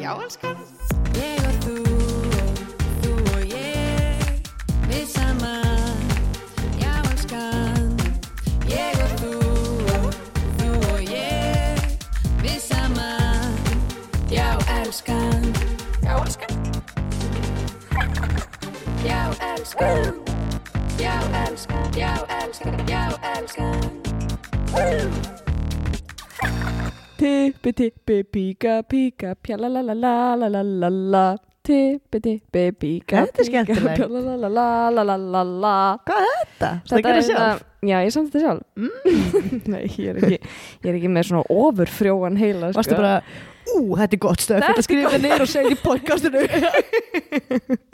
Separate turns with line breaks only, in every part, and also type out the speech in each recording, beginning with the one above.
já, elskan.
Ég og þú og þú og ég Við saman, já elskan Ég og þú og þú og ég Við saman, já elskan Já elskan Já elskan Já elskan, já elskan, já elskan
Tippi tippi píka píka pjalalalalalalala Tippi tippi píka
Þetta er skemmtilegt.
Pjalalalalalalala
Hvað er þetta? Þetta er hérna,
það,
sjálf.
hérna-
Mm.
já ég samt þetta sjálf Nei, ég er, ekki, ég er ekki með svona ofurfrjóan heila sko.
Varstu bara, ú, þetta er gott stöð. Þetta skrifa þetta niður og segja í podcastinu.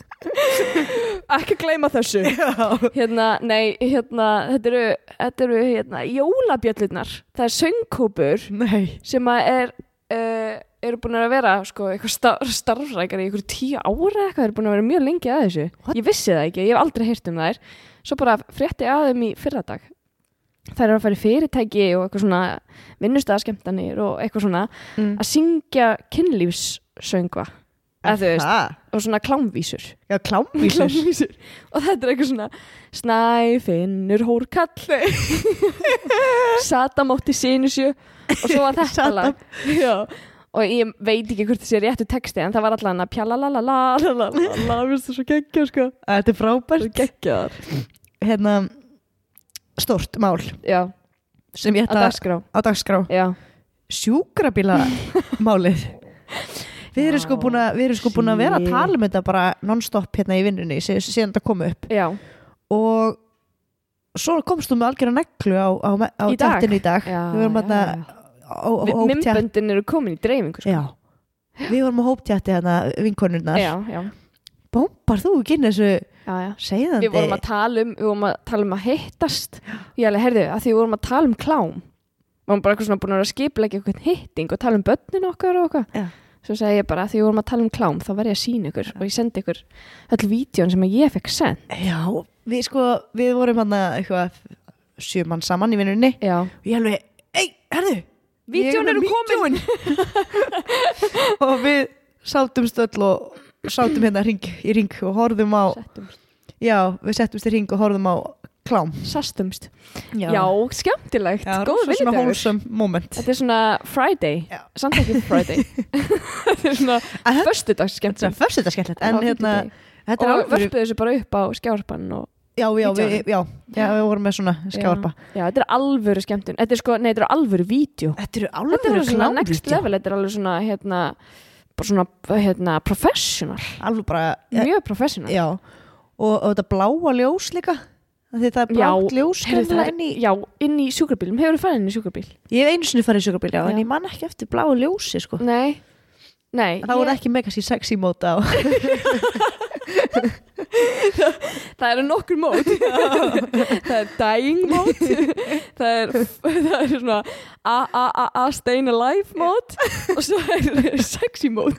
Ekki gleyma þessu Hérna, nei, hérna, þetta eru, þetta eru hérna, jólabjöllurnar Það er söngkópur
Nei.
sem að er uh, eru búin að vera sko, eitthvað star starfrækar í einhverju tíu ára eitthvað, eru búin að vera mjög lengi að þessu
What?
ég vissi það ekki, ég hef aldrei heyrt um þær svo bara frétti að þeim í fyrradag þær eru að fara í fyrirtæki og eitthvað svona vinnustæðaskemtanir og eitthvað svona
Mm.
að syngja kynlífssöngva eða þú veist,
Það?
og svona klámvísur
Já, klámvísur.
Klámvísur. og þetta er eitthvað svona snæfinnur hórkall Satan átti sinu sjö og svo var þetta
Satan.
lag Já. og ég veit ekki hvort þessi er réttu texti en það var allan að pjalalalala mér finnst það svo geggja sko
Þetta er frábært.
geggjaðar
Hérna, stort mál
já,
sem ég
að
ætla
dagskrá
á dagskrá.
já,
Sjúkrabíla málið. Við erum sko
Já,
búin að, við erum sko búin að vera að
sí.
tala um þetta bara non-stop hérna í vinnunni sí- síðan þetta kom upp.
já,
og svo komst þú með algjörða neglu á, á, á
Í dag?
tættinu í dag
Já,
við vorum
já,
hérna
já.
á, á
Vi-
hóptjætt
mymböndin eru komin í dreifingu sko.
já Við vorum á hóptjætti hérna, vinkonurnar.
já, já,
Bombar þú ekki inn þessu
já, já
segðandi?
Við vorum að tala um, við vorum að tala um að hittast Ég alveg, heyrðu, að því við vorum að tala um klám Við vorum bara eitthvað svona búin að vera að skipleggja eitthvað hitting og tala um börnin okkar og
Já.
okkar Svo segi ég bara, að því við vorum að tala um klám þá verð ég að sína ykkur og ég sendi ykkur öll vídjón sem að ég fekk send
Já, við sko, við vorum hérna eitthvað sjömann saman í vinnunni.
Já,
Og ég alveg, ei, herðu! hérna
Vídeón eru komin.
og við sátumst öll og sátum hérna hring, í ring og horfðum á,
Settumst.
já, við settumst í ring og horfðum á klám.
sastumst Já, skemmtilegt,
Já,
góð
svo svona
vinnudagur
wholesome moment
Þetta er svona Friday,
Já.
samt ekki Friday Þetta er svona
En þetta-
föstudags
Þetta er fyrst þetta skemmtilegt en hérna, þetta er
Og
alveg
vörpuðu þessu bara upp á skjárpann og
já, já, við,
vídeóinu.
já, já, við vorum með svona skjárpa
Já, já, þetta er alvöru skemmtun Þetta er sko, nei, þetta er alvöru vídeo
Þetta eru
Þetta er
alveg
alveg svona next level Þetta er alveg svona, hérna bara svona, hérna, professional
alveg bara, já,
Mjög professional
já og, og þetta bláa ljós líka Af því það er
Já,
blátt ljós
Heyrðu, það
greinilega
er-
inn í,
Já, inn í sjúkrabílum, hefur þú farið inn í sjúkrabíl?
ég hef einu sinni farið í sjúkrabíl já, en
Já.
ég man ekki eftir bláa ljósi sko.
Nei, nei
það voru ekki með kannski sexy móta á
það eru nokkur mót það er dying mót það er, það er svona a- a a- a staying alive mót og svo er sexy mót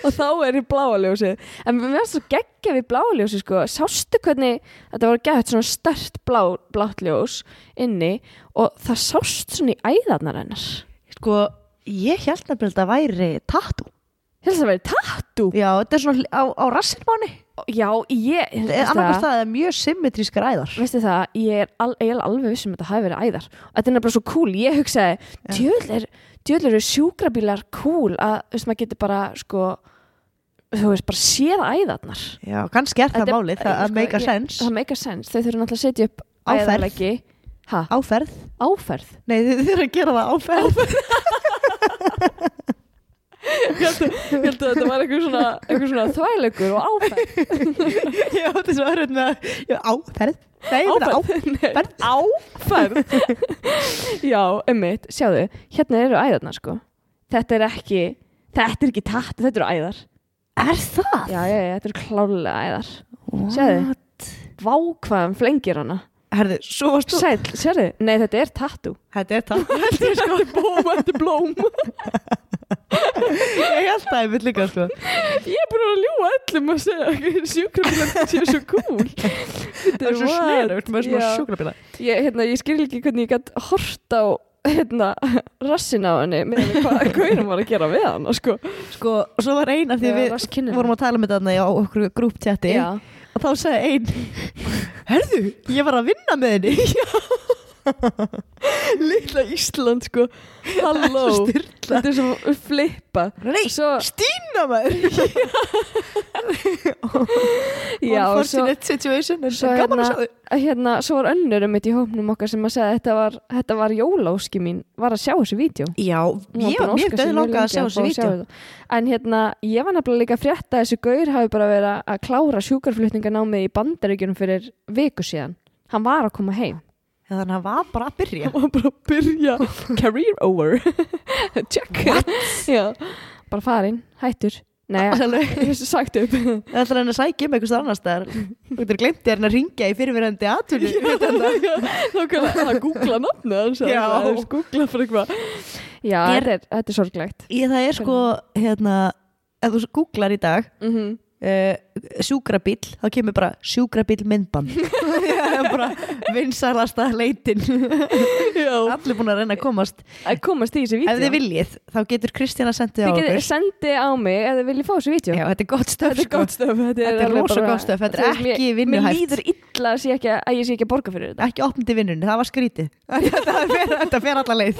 og þá er í bláaljósi en mér finnst svo geggja við bláaljósi sko. sástu hvernig þetta var gett svona stört blá, blátt ljós inni og það sást svona í æðarnar hennar
sko, ég held nefnilega að þetta væri tattu,
Ég held að það væri tattoo
já, þetta er svona hl- á, á rassinmáni,
Já, ég
annarkvæmst það er mjög symmetrískar æðar
veistu það, ég er, al, ég er alveg vissum að þetta hafi verið æðar og þetta er nefnilega svo cool, ég hugsaði djöðl er, djöðl eru sjúkrabílar cool að, veist, maður getur bara sko, þú veist, bara séð æðarnar
já, kannski er það
Þetta er-
málið, það
sko,
að make a
ég-
sense
það make a sense, þau þurfum náttúrulega að setja upp
Áferð.
æðarleggi, ha,
áferð
áferð
Nei, þið þurfum að gera það áferð
ég held að þetta var einhver svona, einhver svona þvælegur og áferð
Ég átti svo örðin með að já, áferð Nei, ég meina áferð
áferð, áferð. já, emmitt, sjáðu hérna eru æðarnar sko þetta er ekki, þetta er ekki tatt þetta eru æðar
Er það?
Já, já, já, þetta er klálega æðar Sjáðu. Vá hvað hann flengir hana
Herðu, svo varst þú
Sæl, sérðu, nei þetta er tattoo
Þetta er það
Þetta er sko bóm, þetta er blóm
Ég held það einmitt líka sko
Ég er búin að ljúa öllum að segja sjúkrabílar séu svo cool Þetta
Það er svo
what?
snerut með svona
Já.
sjúkrabíla
ég, hérna, ég skil ekki hvernig ég gætt hort á hérna, rassin á henni með því hvað gauðin var að gera við hann sko.
Sko, og svo var ein af því við
raskinnum
vorum að tala um þetta þarna á okkur grúptjatti
Já,
og þá sagði ein Herðu, ég var að vinna með henni
lilla Ísland sko Halló,
Styrla
þetta er svo flippa
Nei,
Svo,
Stína maður
já, og svo,
Unfortunate situation en
svo
gaman að
hérna-
sjá þau
hérna, svo var önnur um í hópnum okkar sem að segja að þetta var, þetta var jóláski mín, var að sjá þessu vídeo
Já,
Hún var
ég
búin að
hef
óska sér
döð
mjög
langað að
lengi
sjá
fá
þessu vídeo
þetta. En hérna, ég var nefnilega líka að frétta að þessi gaur hafi bara verið að klára sjúkarflutninganámið í bandaríkjunum fyrir viku síðan. Hann var að koma heim.
Já, Þannig að hann var bara að byrja
var bara að byrja. Career over. Check. What? Já, bara farin, hættur. Nei,
Alveg.
ég hef sagt upp.
Það ætlar hann að sækja um einhvers annars staðar
Mm.
Þú getur glemt þér hann að ringja í fyrirverandi atvölu
Þá kannar það googla nafnu hans.
Já.
Það er googla fyrir eitthvað. Já,
Er-
þetta er, þetta er sorglegt.
Ég það er sko, hérna ef þú googlar í dag
Mm -hmm.
uh, sjúkrabíll, þá kemur bara sjúkrabíll myndband það er bara vinsalasta leitin
Já,
allir búin að reyna að komast
að komast í þessi vídeo.
ef þið viljið, þá getur Kristjana sendið á
Þið
okkur
getur sendið á mig ef þið viljið fá þessu vídeo.
Já, þetta er gott stöf
Þetta er
sko.
gott stöf Þetta
Þetta er
alveg
rosa
bara-
gott stöf, þetta er
Þú veist, mér-
ekki vinnuhæft.
Mér líður illa að, sé ekki, að ég sé ekki að borga fyrir þetta
ekki opnandi vinnunni, það var skrítið þetta fer, þetta fer alla leið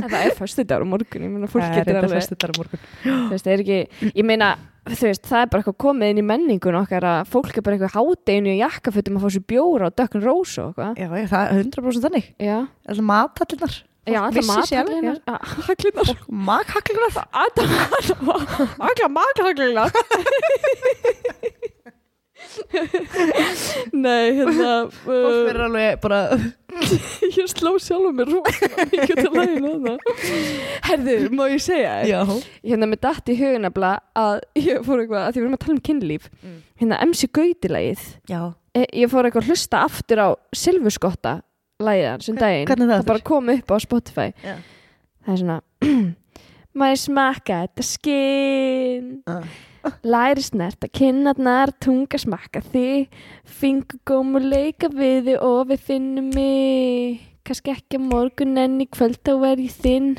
En það er föstu dagur á morgun Ég meina fólk getur alveg
þetta er morgun
þú veist, það er ekki, Ég meina þú veist, það er bara eitthvað komið inn í menningun okkar að fólk er bara eitthvað hátdeinu í jakkafutum að fá sér bjóra og dökkun rós og eitthvað
Já, já, það er 100% þannig
Já,
Alltaf matallinnar
já
Fólk
alltaf
missir sig alveg,
mataklinnar Haklinnar
Fólk makhallinnar
Alla maklaglingar Nei, hérna
Fólk
uh,
verður alveg bara
Ég sló sjálfur mér rosa mikið til læginu þarna. Herðu, má ég segja þér?
Já,
Hérna með datt í hugunabla að ég fór eitthvað, að því við erum að tala um kynlíf
Mm.
hérna MC Gauti-lægið
já.
E- ég fór eitthvað að hlusta aftur á Silfuskotta lægið hans um daginn
hvernig er það
það bara kom upp á Spotify
Já.
það er svona Má ég smakka þetta skinn
Ah.
Læri snert að kinnarnar tunga smakka þig Fingugómu leika við þig og við finnum mig Kannski ekki á morgun en í kvöld þá er ég þinn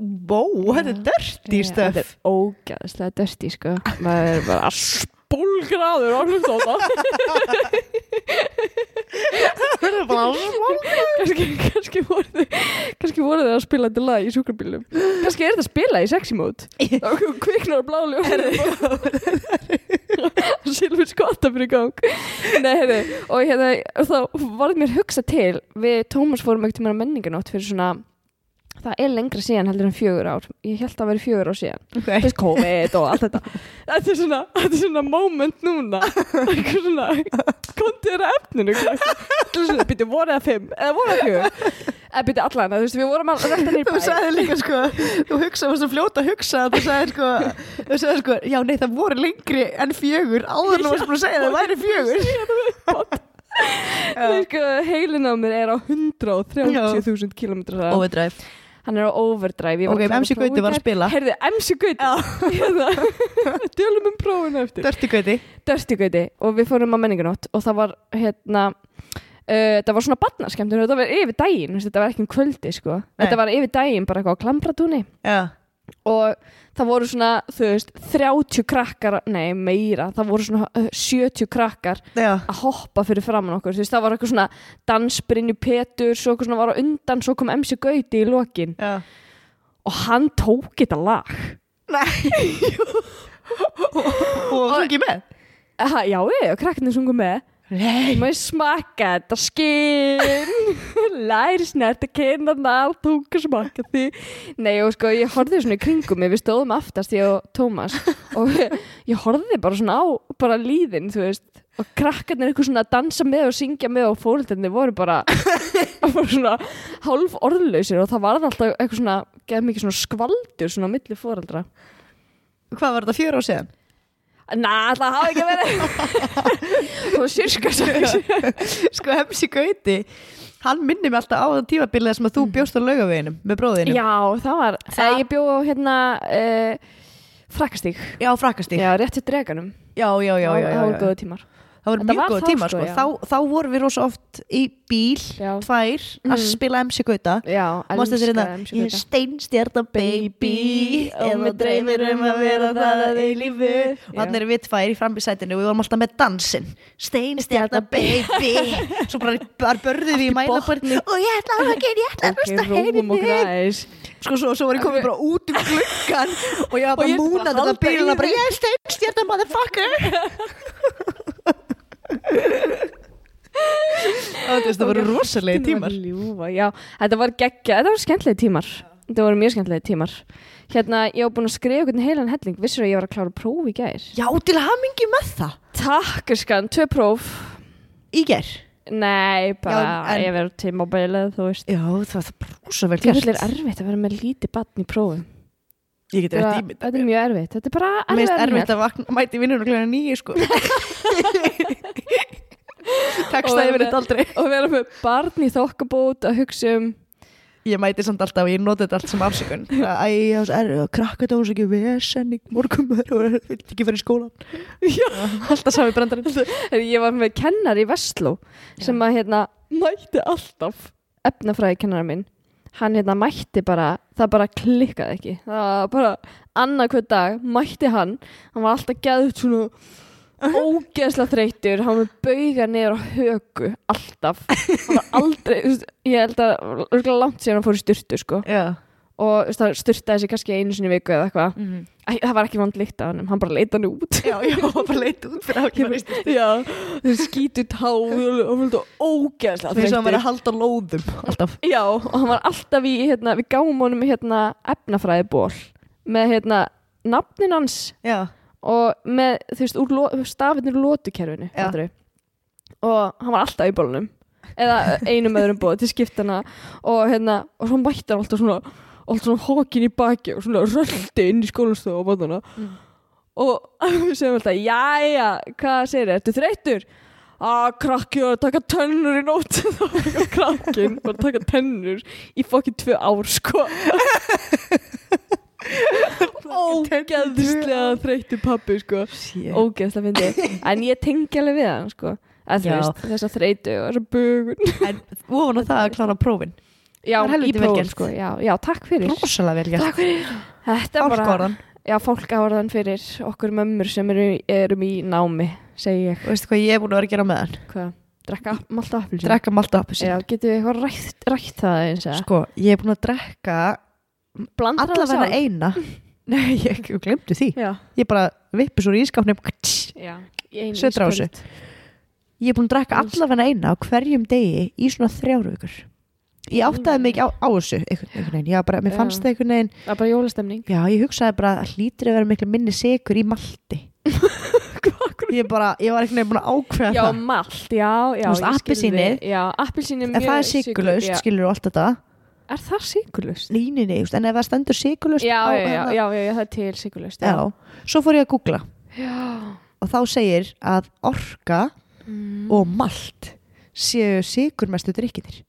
Vó, þetta er dirty
Já,
stöf
Þetta er ógæðslega dörti sko Maður er bara að spólgraður á hlustóta
Það er bara smá
kannski, kannski, voru þau, kannski voru þau að spila þetta lag í sjúkrabílum Kannski er þetta að spila í sexy mode Það var okkur kviknar blá ljóð Silfur skotta fyrir gang Nei, heyrðu, og hérna, og þá varð mér hugsa til Við Tómas fórum ekkert mér á menninganótt fyrir svona Það er lengra síðan heldur en fjögur ár Ég held að vera fjögur ár síðan
okay.
þess COVID og allt þetta þetta er svona, þetta er svona moment núna eitthvað svona kontið er að efninu krakkar. býttu voru það fimm, eða voru það fjögur eða býttu allan, þú veist við vorum að rætta nýr
Þú
bæ
sagði líka sko, þú hugsaði varst að fljóta að hugsa þú sagði sko, þú sagði sko já nei það voru lengri en fjögur áður nú varst búin að segja að það væri fjögur
Nei, sko, heilin á mér er á 130.000 km
Overdrive
hann er á overdrive Ég var
Ok,
að klára
MC Gauti
prófið
var að
í gær.
spila.
Heyrðu, MC Gauti Hérna, Dölum um prófinu eftir
Dörti gauti
Dörti Gauti og við fórum á menningunótt og það var hérna Uh, það var svona barnaskemmtur, þetta var yfir daginn þú veist, þetta var ekki um kvöldi sko þetta var yfir daginn bara eitthvað á klambratúni
Já,
og það voru svona, þú veist, 30 krakkar nei, meira, það voru svona uh, 70 krakkar
já,
að hoppa fyrir framann okkur, þú veist, það var eitthvað svona dansbrinni Petur, svo eitthvað svona var á undan svo kom MC Gauti í lokin
já.
og hann tók þetta lag
Nei Og þú ekki með?
ha, já, ég, og krakkarnir sungu með
Nei
Má ég smakka þetta skinn Læri snert að kenna nál Tunga smakka því Nei og sko ég horfði svona í kringum mig Við stóðum aftast ég og Tómas Og ég horfði bara svona á Bara líðin þú veist Og krakkarnir eitthvað svona að dansa með og syngja með Og fóröldarnir voru bara, bara svona, Hálf orðlausir Og það varð alltaf eitthvað svona Geð mikið svona skvaldur svona á milli fóröldra
Hvað var þetta fjör á séðan?
Næ, það hafa ekki verið Það var sirka sagði-
Sko Hemsi Gauti Hann minnir mig alltaf á það tímabilið sem að þú bjóst á laugaveginum með bróðinu
Mm. Já, það var,
Það-
það... ég bjó á hérna uh, frakastík,
já frakastík já.
já, rétt til dreganum
já, já, já, já,
það var
já,
góða tímar
það voru
Þetta
mjög
var
góð
þá,
tíma
sko,
sko,
já.
þá, þá vorum við rosa oft í bíl
Já.
tvær að
Mhm.
spila MC Gauta
Já, um,
Mástu þess
elska
að
MC
hérna, ég er
Gauta.
steinstjarta baby og mig dreymir um að vera það að eilífu og
Já.
þannig erum við tvær í frambísætinu og við vorum alltaf með dansinn steinstjarta baby svo bara, bara börðum við í mælaborðinu og ég ætla að hana ég ætla að
Ok,
hlusta
róum og
heyrið þig
græs
sko svo, svo var ég komin bara út um gluggan og ég var bara
Og ég ætla bara
múnandi
að
þetta
halda í
bíluna
þig.
bara ég er steinstjarta motherfucker Ó, Þetta voru rosalegi
Þetta var
tímar
Ljúfa, já, þetta var geggja, þetta voru skemmtlegi tímar Þetta voru mjög skemmtlegi tímar Hérna, ég var búin að skrifa einhvern heilan helling Vissur að ég var að klára próf í gær
Já, til hamingi með það
Takk, skan, tvö próf
Í ger
Nei, bara
Já, en-
ég verið tímabilið, þú veist
Já, það var það brúsa vel
Þetta er erfitt að vera með lítið batn í prófum
Ég get
Þetta
rétt ímynd
þetta er mjög erfitt, þetta er bara
Mér
erfitt
finnst erfitt að vakna, mæti vinnur og klæða nýju sko Teksta
Og-
yfir þetta aldrei
Og vera með barn í þokkabót að hugsa um
Ég mæti samt alltaf og ég noti þetta allt sem afsökun Æ, ég hafði erfið að krakka þetta hún ekki vesen í morgum og vilt ekki fyrir skólan Já, alltaf sami brandarinn
Herri, Ég var með kennar í Vestló sem að hérna mætti alltaf efnafræði kennara minn hann hérna mætti bara, það bara klikkaði ekki, það var bara annað hver dag mætti hann hann var alltaf geðut svona ógeðsla þreytur, hann var með bauga niður á högu, alltaf hann var aldrei, þú veist, ég held að örugglega langt síðan hann fór í styrtu sko
Já,
og þú veist, það styrtaði sig kannski einu sinni í viku eða eitthvað,
Mhm.
Æ, það var ekki vond líkt af hann, hann bara leita hann út
já, ég var bara leitt út fyrir ákjörnist
Já, þeir skýtu tá og hann var ógeðslega
Þess að hann var
þreyttur.
að halda lóðum alltaf
Já, og hann var alltaf í, hérna, við gáum honum hérna efnafræðiból með hérna nafnin hans
Já,
og með, þú veist, úr lo- stafinir úr lótukerfinu
Já.
fattarðu? og hann var alltaf í bólunum eða einum öðrum bóð til skiptana og hérna, og svo mætti hann alltaf svona alltaf svona hókin í baki og svona röldi inn í skólastofu á bóðuna og við segjum alltaf jæja, hvað segir þið, ertu þreyttur? að krakki var að taka tennur í nótt þá var krakkin var að taka tennur í fokkin tvö ár sko ógeðslega þreyttur pappi sko
Shit.
ógeðslega fyndi en ég tengi alveg við hann sko að þú
Já.
veist þessa þreytu og þessa bugun
En ofan á það að klára prófin
já,
Það er helviti
í
vel
prófum
gert.
sko, já, já, takk fyrir
Rósalega vel gert
takk fyrir þetta er bara,
Fálkorðan
já, fólkáðan fyrir okkur mömmur sem eru, erum í námi segi ég,
Og veistu hvað ég er búin að vera að gera með hann?
hvað, drekka ap- malta appelsin
Drekka malta appi
já, getur við eitthvað rætt, rætt það eins eða
Sko, ég er búin að drekka
Sko, blandar það
allavega
sjálf
eina Nei, ég, ég glemdi því
já,
Ég bara vippi svo í ískapnum Ég
já, í einu
Setur á
ískvöld.
er búin að drekka allavega eina á hverjum degi í svona þrjár vikur Ég áttaði mig ekki á, á þessu einhvern, einhvern veginn, já bara, mér
Já.
fannst það einhvern veginn
það er bara jólastemning
Já, ég hugsaði bara að hlýtur að vera miklu minni segur í malti Ég bara, ég var einhvern veginn búin að ákveða
já,
það
malt, já, já
Þú veist,
ég skil
appelsínið.
þig. já, appelsíni
En það er sigurlaust, skilur þú allt þetta
er það sigurlaust?
Líninni, en ef það stendur sigurlaust
já,
á-
já, já,
hérna-
já, já, já, það er til sigurlaust
Já, svo fór ég að googla
já.
og þá segir að orka
Mm.
og malt séu sigurmestu drikkinir.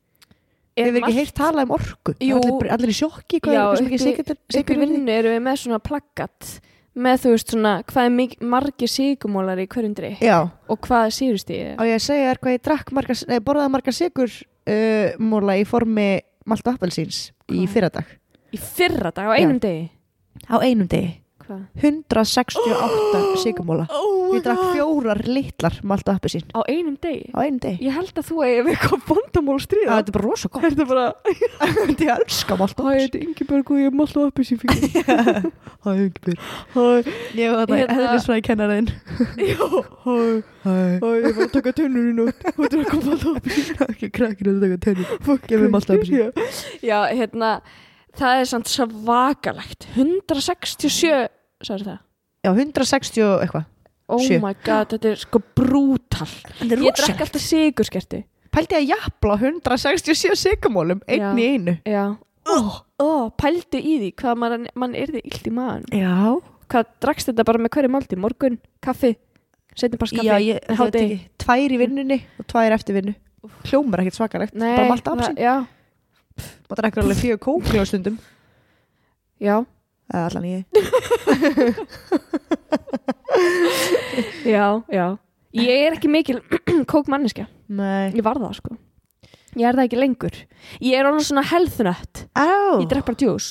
Við verðum ekki heyrt tala um orku.
Jú.
Allir, allir í sjokki hvað
Já,
er sem ekki
uppi-
sigur,
Sigur
sigur
vinnu erum við með svona plaggat með þú veist svona hvað er mik- margir sigumólar í hverjum drikk
Já,
og hvað er sigurustíði
og ég að segja þér hvað ég drakk marga, eh, borðaði marga sigur uh, múla í formi malt og appelsíns í
Hvað?
fyrradag.
í fyrra dag á einum degi
Á einum degi.
hvað?
168 oh! sigurmúla.
Oh
Ég drakk fjórar litlar malt og appelsín
á einum degi
á einum degi.
ég held að þú eigi við eitthvað bóndamól
Já,
stríða
þetta er bara rosa gott.
þetta bara
Ég elska malt og
hæ,
appelsín.
þetta er yngi börg og ég er alltaf uppi sem fyrir
Hæ, Ingeborg.
hæ,
Ég var
Hérna-
þetta heðlisfræði kennarinn
já, hæ,
Hæ
hæ, ég var að taka tönnur í nótt og drakk um alltaf uppi
Ekki krakkinu að taka tennur Fokk, gefum alltaf upp síðan
Já, hérna, það er samt svakalegt 167 Særi það?
Já, 160 og eitthvað
Oh
Sjö.
my god, þetta er sko brútal
Þetta
Ég drakk alltaf sigurskerti
Pældi að jafla 167 sigumólum
Já.
Einn í einu
Já Ó, oh, pældu í því hvað mann, mann er því illt í maðan
Já
Hvað drakkst þetta bara með hverju máldi? Morgun, kaffi, setjum bara skaffi
Já, ég þetta er
hádegi.
ekki Tvær í vinnunni og tvær eftir vinnu Hljómar ekkert svakalegt
Nei,
Bara malta
það-
apsin
Já,
Og drekkur alveg fjögur kókli á stundum
já,
Eða Allan ég
já, já ég er ekki mikil kókmanniska
Nei
ég var það sko ég er það ekki lengur ég er alveg svona health nut
Á,
ég drekk bara djús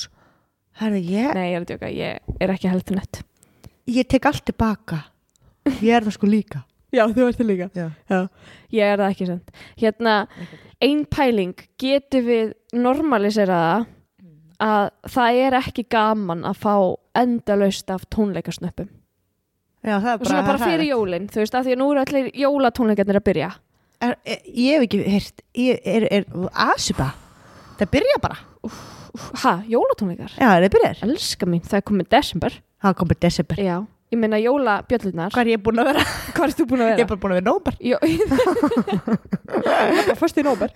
herðu ég
nei ég er að djóka, ég er ekki health nut
Ég tek allt tilbaka Ég er það sko líka
já þú ert það líka
Já,
ég er það ekki sent hérna, ein pæling getum við normalisera það að það er ekki gaman að fá endalaust af tónleikasnöppum
það er
og
bara,
svona bara
það er-
fyrir jólin, þú veist, af því að nú eru allir jólatónleikarnir að byrja
er, er, Ég hef ekki heyrt Ég er, er, Asiba Það byrja bara
ha, jólatónleikar?
Já, það byrjar
elska mín, það er komið desember
Það komið desember
já, ég meina jólabjöllunar
Hvað er ég búin að vera?
hvað erst þú búin að
Ég
vera?
er bara búin að vera nómbar
Jó- það er bara fyrst í nóber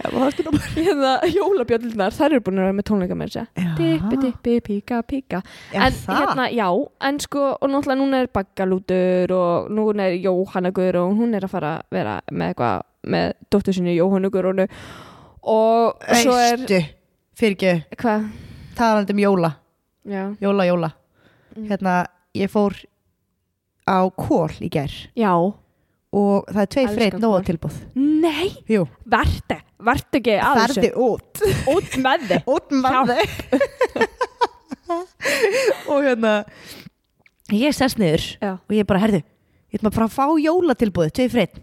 hérna, jólabjöllunar, þær eru búin að vera með tónleika með þessi Dippi, dippi, píka, píka
Er
en,
það?
Hérna, já, en sko og náttúrulega núna er baggalútur og núna er Jóhannagur og hún er að fara að vera með eitthvað með dóttur sinni Jóhannagur og, og svo er
Veistu, fyrir ekki
hvað,
Talandi um jóla,
já,
jóla, jóla
Mm.
Hérna, ég fór á kól í gær
já
og það er tvei
Elskar
freyt
Kol.
nóa tilbúð
nei,
Jú,
verði, verði ekki aðeins
ferði út
út með þið
út með þau og hérna ég sest niður
Já.
og ég bara, herðu ég ætla bara að fá jólatilbúðið, tvei freyt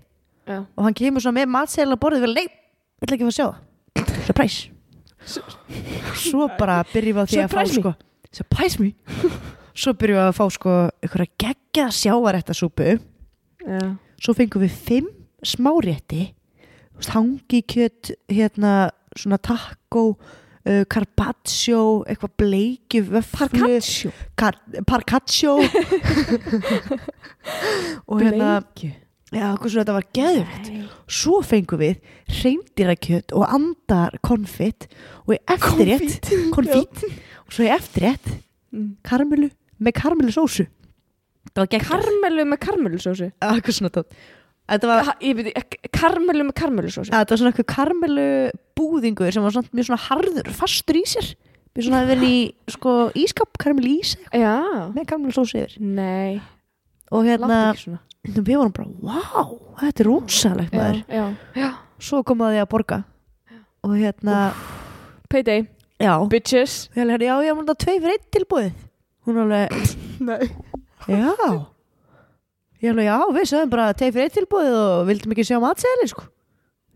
Já.
og hann kemur svona með matseðla borðið vel, nei, ég ætla ekki að fá að sjá það surprise svo bara byrjum við á því að fá
Surprise me.
sko surprise me svo byrjum við að fá sko ykkur að gegja sjávarættasúpu
já,
svo fengum við fimm smárétti hangi kjöt hérna svona taco uh, carpaccio, eitthvað bleikju vöflu,
Parkaccio?
car, parcaccio og hérna
Bleikju?
já, hversu þetta var geðvikt
Nei.
svo fengum við hreindirakjöt og andar konfitt og í eftirrétt konfít, og svo í eftirrétt
Mm.
karmelu, með karmelu sósu það var gegn
karmelu með karmelusósu
þetta var
Ha- ég veit ekki, karmelu með karmelusósu
Já, þetta var svona eitthvað karmelu búðingur sem var svona mjög svona harður, fastur í sér mjög svona verið í sko, ískap karmelu ís
já,
með karmelu sósi yfir
nei
og hérna,
Láttu ekki svona
við vorum bara, wow þetta er rosalegt
já,
maður
já, já.
svo kom að því að borga og hérna,
Payday,
já
bitches
við hérna, já, ég mun það tvei fyrir einn tilbúið hún alveg,
Nei
já ég alveg, já, við sögum bara tvei fyrir einn tilbúið og vildum ekki sjá matseli sko.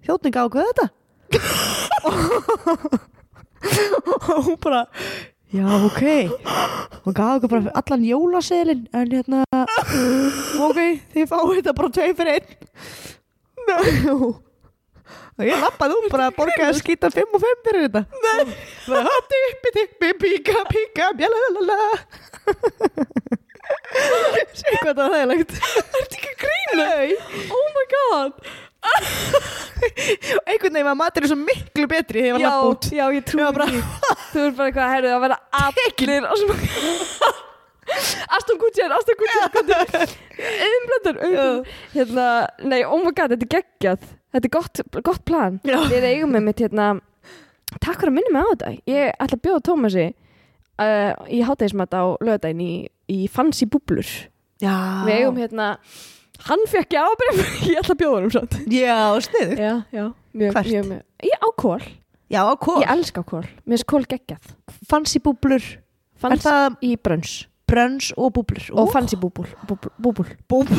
þjóttning ákveð þetta og hún bara já ok hún gaf okkur bara allan jólaseðlin en hérna ok, þið fáið þetta bara tvei fyrir einn no. og ég lappaði um bara að borga að skýta 5 og 5 fyrir þetta Nei. bara hoppi, hoppi, hoppi, píka, píka bjalalala sé hvað það var þægilegt ertu ekki að grína?
Oh my god
einhvern veginn var maturinn svo miklu betri þegar ég var
Já,
lappa út
já, ég trúi
Ég var bara-
ekki Þú er bara eitthvað, herru, það verða allir á sem Aston Kutcher, Aston Kutcher Eðin blöndar Hérna, nei, oh my god, þetta er geggjað Þetta er gott, gott plan
Já.
Við eigum með mitt, hérna Takk fyrir að minna mig á þetta Ég ætla að bjóða Tómasi uh, í hátægismat á lögdæn í, í Fancy Búblur
já,
Við eigum hérna Hann fekk ég ábrif, ég ætla að bjóða hann um satt
já sniðu
Já, já mjög,
Hvert?
Mjög, mjög, ég á kól,
já, á kól
ég elska kól Mér finnst kól geggjað
fancy búblur
Fanns
er það
í brönns
brönns og búblur
og fanns í búbúl Búbúl, búbúl.
búbúl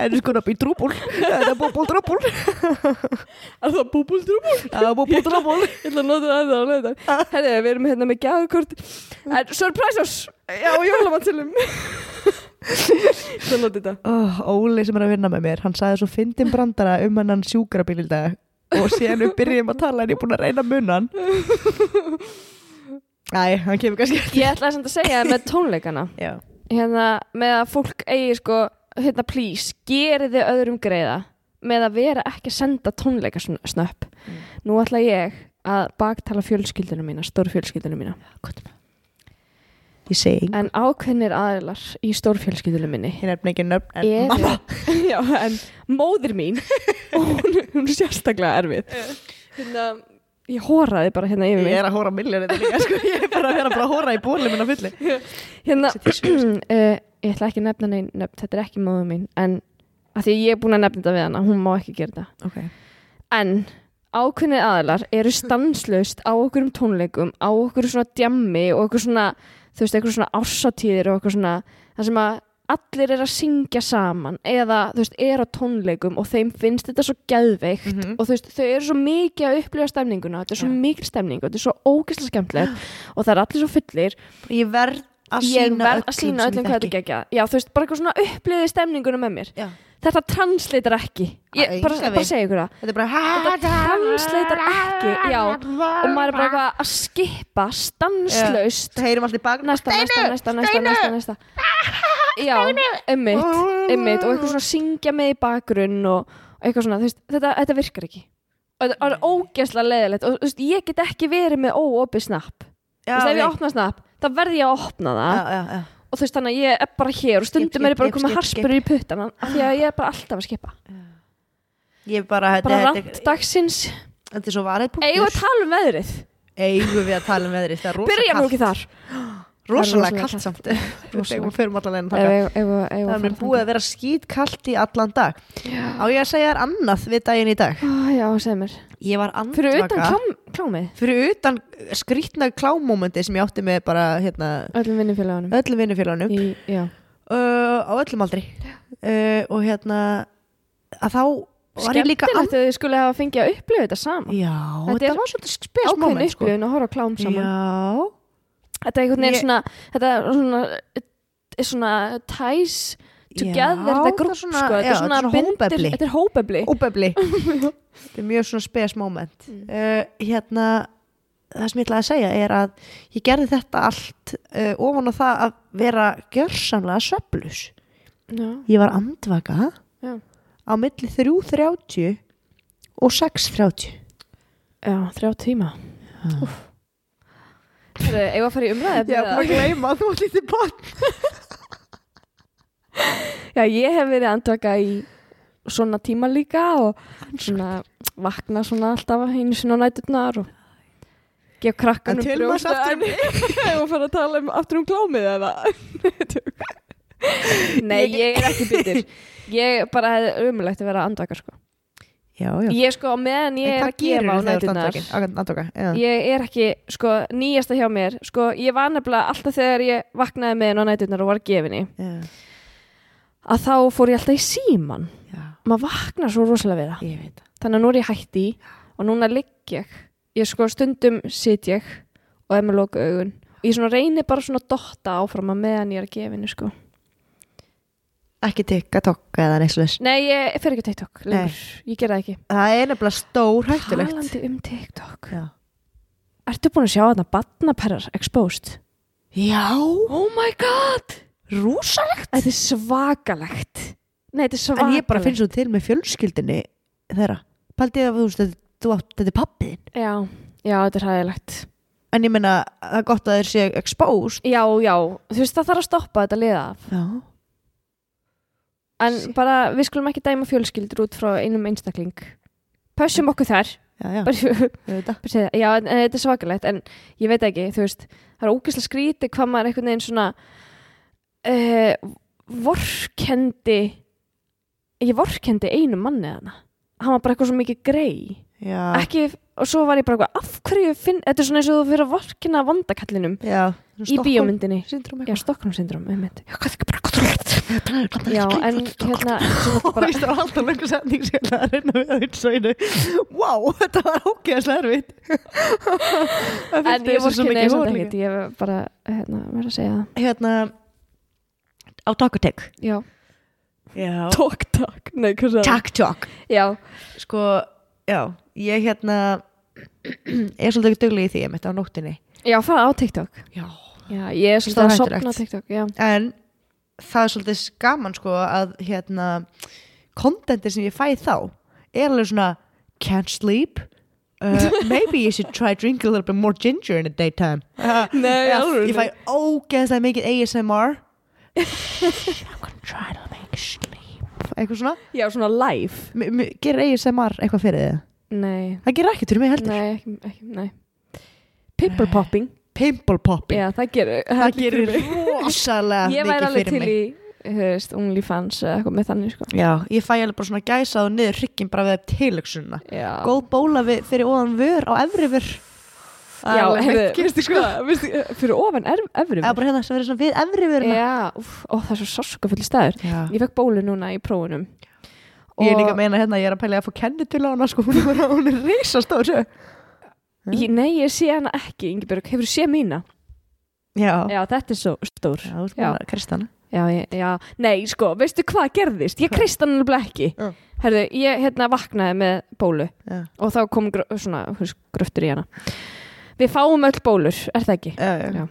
en sko nafn í trúbúl það er búbúl trúbúl
Er það búbúl trúbúl?
það er búbúl trúbúl
Ég ætla að nota það það á leiðar Herri, við erum hérna með gæðakort En surprise us Já, jólamantilum Svo nota þetta
oh, Óli sem er að vinna með mér hann sagði svo fyndin brandara um hennan sjúkrabíl í dag og síðan við byrjum að tala en ég er búin að reyna munan Æ, hann kemur kannski
Ég ætla samt að segja það með tónleikana
já.
Hérna, með að fólk eigi sko Hérna, please, gerið þið öðrum greiða Með að vera ekki að senda tónleika snöpp Nú ætla ég að baktala fjölskyldunum mína Stór fjölskyldunum mína
ég segi engin
En ákveðnir aðilar í stórfjölskyldunum minni
ég nefn ekki nöfn en
Eru-
mamma
já, en móðir mín hún, hún er sérstaklega erfið hérna, ég hóraði bara hérna yfir
ég
mig
er að hóra miljónir þetta líka sko. ég er bara að vera bara að hóra í bólum en að fulli
hérna, eh,
Sitt í sjö.
uh, ég ætla ekki að nefna neinn nöfn, þetta er ekki móðir mín en að því ég er búin að nefna þetta við hana, hún má ekki gera þetta
Ok.
en ákveðnið aðilar eru stanslaust á okkur um tónleikum á okkur svona djammi og okkur svona þú veist, eitthvað svona ársatíðir og okkur svona það sem að allir er að syngja saman eða þú veist, er á tónleikum og þeim finnst þetta svo geðveikt
Mhm.
og þú veist, þau eru svo mikið að upplifa stemninguna þetta er svo
Já.
mikil stemning og þetta er svo ógeðslega skemmtilegt og það er allir svo fullir
Ég verð að
ég
sína
verð
öllum,
að sína öllum hvað þetta gegja já, þú veist, bara eitthvað svona upplifiði stemninguna með mér
Já.
þetta translator ekki
Æ,
ég, bara,
ég
bara
veit.
segja ykkur það
Þetta er bara
Þetta translatear ekki, já, og maður er bara eitthvað að skipa stanslaust
Það heyrum alltaf í bak
næsta, næsta, næsta, næsta, næsta, næsta já, ummitt, ummitt og eitthvað svona syngja með í bakgrunn og og eitthvað svona, þú veist, þetta, þetta virkar ekki og þetta er ógeðslega leiðilegt og þú veist, ég get ekki verið með óopið snapp þú veist, ef ég opna snapp, þá verð ég að opna það
Já, já, já.
og þú veist, þannig að ég er bara hér og
Skip,
stundum er ég bara
skip,
að koma
skip, skip.
harspur í puttana af því að ég er bara alltaf að skipa
Ég bara, þetta,
bara
þetta,
rant dagsins,
er- þetta er svo varðið
eigum við að
punktur
tala um veðrið
Eigum við að tala um veðrið Það er rosa
byrjum nú
kallt
ekki þar
Rosalega
Það er rosalega
kallt samt Þegar við förum allan leiðin þangað. Það er mér búið
Já,
að vera skýt kallt í allan dag Á ég að segja þér annað við daginn í dag
segð Ah, mér
Ég var
Fyrir
andvaka
utan klám, klámið
Fyrir utan skrýtna klámómendi sem ég átti með bara hérna,
Öllum vinnufélagunum
öllum vinnufélagunum
Í, já
uh, á öllum aldri uh, og hérna að þá var ég líka
Skemmtilegt að þið skulle hafa fengið að upplifa þetta saman
Já,
Þetta
þetta
er
var svolítið spes
Ákveðin
moment sko.
upplifun að horfa á klám saman
Já,
Þetta er einhvern veginn
Ég-
svona Þetta er svona er svona ties together
Já,
Þetta er
þetta
grúpp
er
sko
svona- já,
Þetta er svona
þetta er svona
bindir-
hópefli.
Þetta er Mm. hópefli
óbefli Þetta er mjög svona spes moment uh, Hérna það sem ég ætlaði að segja er að ég gerði þetta allt uh, ofan á það að vera gjörsamlega sveflus
Já,
Ég var andvaka
Já.
á milli 3.30 og 6.30
já þrjá tíma Þetta er eiga að fara í umræði
gleyma þú ert lítið bann
Já, ég hef verið andvaka í svona tíma líka og svona vakna svona alltaf einu sinna á næturnar og gef krakkanum
En tölum aðeins aftur um-
en ef að fara að tala um, aftur um klámið eða Tjók. Nei, ég er ekki bitur Ég bara hefði umulegt að vera andvaka sko.
Já, já
Ég sko, á meðan ég
En
er
hvað
að
gerir þú
gefa á
þegar þú
næturnar
ert andvaka? Andvaka, já.
Ég er ekki, sko, nýjasta hjá mér Sko, ég var nefnilega alltaf þegar ég vaknaði með henn á næturnar og var gefinni
Já,
að þá fór ég alltaf í síman
já,
maður vaknar svo rosalega við það
ég veit það.
þannig að nú er ég hætt í og núna ligg ég ég sko stundum sit ég og ef maður loka augun og ég svona reyni bara svona að dotta áfram að meðan ég er að gefa henni sko
Ekki tikka tokka eða neitt slags.
nei, ég fer ekki á TikTok lengur, ég ger það ekki
Það er nefnilega stór hættulegt.
talandi um TikTok
Já.
ertu búin að sjá þarna badnaperrar exposed
já,
oh my god,
rúsalegt.
þetta er svakalegt nei, þetta er svakalegt
En ég bara finn svo til með fjölskyldinni þeirra. Paldið að þú veist að þú átt, þetta er pappiðin.
já, já, þetta er hægilegt
En ég meina, það er gott að þeir séu exposed.
já, já, þú veist það þarf að stoppa þetta liða af
Já.
En
Sí.
bara, við skulum ekki dæma fjölskyldur út frá einum einstakling. Pössum okkur þar.
Já, já,
Bara- bara
við veit það.
segja það. Já, en, en þetta er svakalegt, en ég veit ekki, þú veist, það er ógeðslega skrítið hvað maður einhvern veginn svona uh, vorkendi, ég vorkendi einu manni þarna. Hann var bara eitthvað svo mikið grei.
Já,
Ekki, og svo var ég bara eitthvað, af hverju finn, þetta er svona eins og þú fyrir að vorkina vandakallinum
já.
í bíómyndinni.
Syndrom
Já,
eitthvað.
Stockholm syndrom, um mynd.
Já, hvað ekki bara gott.
Já, en hérna, svo
Þú
náttúrulega bara
veist það var alltaf lengur setning sem ég ætlaði að reyna við að hugsa einu Vá, þetta var ógeðslega erfitt Það
en
fylgdi
ég
þessu
vor
svo
kynna
mikið
þess að
húr
ekkert, ég hef bara hérna, verið að segja það
líka. Hérna Á Tokotek
já.
Já
tók takk, nei hvað sagði
Takk Tok
já,
Sko, já, ég hérna Ég er svolítið ekki duglega í því ég mitt á nóttinni
já, fara á TikTok
Já
já, ég er svolítið að
Stórhættulegt.
sopna á TikTok já,
En það er svolítið gaman sko að hérna Kontentið sem ég fæ þá er alveg svona Can't sleep Uh, maybe you should try drinking a little bit more ginger in the daytime
nei,
Já, ég fæ ógeðslega mikið ASMR I'm gonna try to make you sleep eitthvað svona,
já, svona live
M- m- gerir ASMR eitthvað fyrir þið
nei,
það gerir ekki fyrir mig heldur
nei, ekki, ekki nei. pimple popping
pimple popping,
já, það gerir
það
heldur
gerir
fyrir mig.
rosalega
ég væri
mikið
alveg
fyrir
til
mig
í hefðist, OnlyFans eða eitthvað með þannig sko.
Já, ég fæ alveg bara svona gæsað og niður hrygginn bara við tilöksuna.
Já,
Góð bóla við, fyrir ofan vör á efri vör. Það
Já,
er alveg
heyrðu,
heitt gerist, sko.
veistu, fyrir ofan er, efri
Eða bara hérna sem verður svona við efri vörna.
Já, úf, ó, það er svo sáskafulli staður
Já.
Ég fekk bólu núna í prófunum
Ég er líka að meina hérna, ég er að pæla í að fá kennitölu á hana, sko, hún er, bara- hún er sko. reysastór, sjö.
ég, Nei, ég sé hana ekki, Ingibjörg, hefur séð mína?
Já.
Já, þetta er svo stór
Já, þú ert
Já.
búin að kristana.
Já, ég, já, nei, sko, veistu hvað gerðist? Ég
Hvað?
kreist hann alveg ekki.
Já.
Herðu, ég hérna vaknaði með bólu
Já.
og þá kom grö, svona þú veist, gröftur í hana. Við fáum öll bólur, er það ekki?
Já, já.
Já.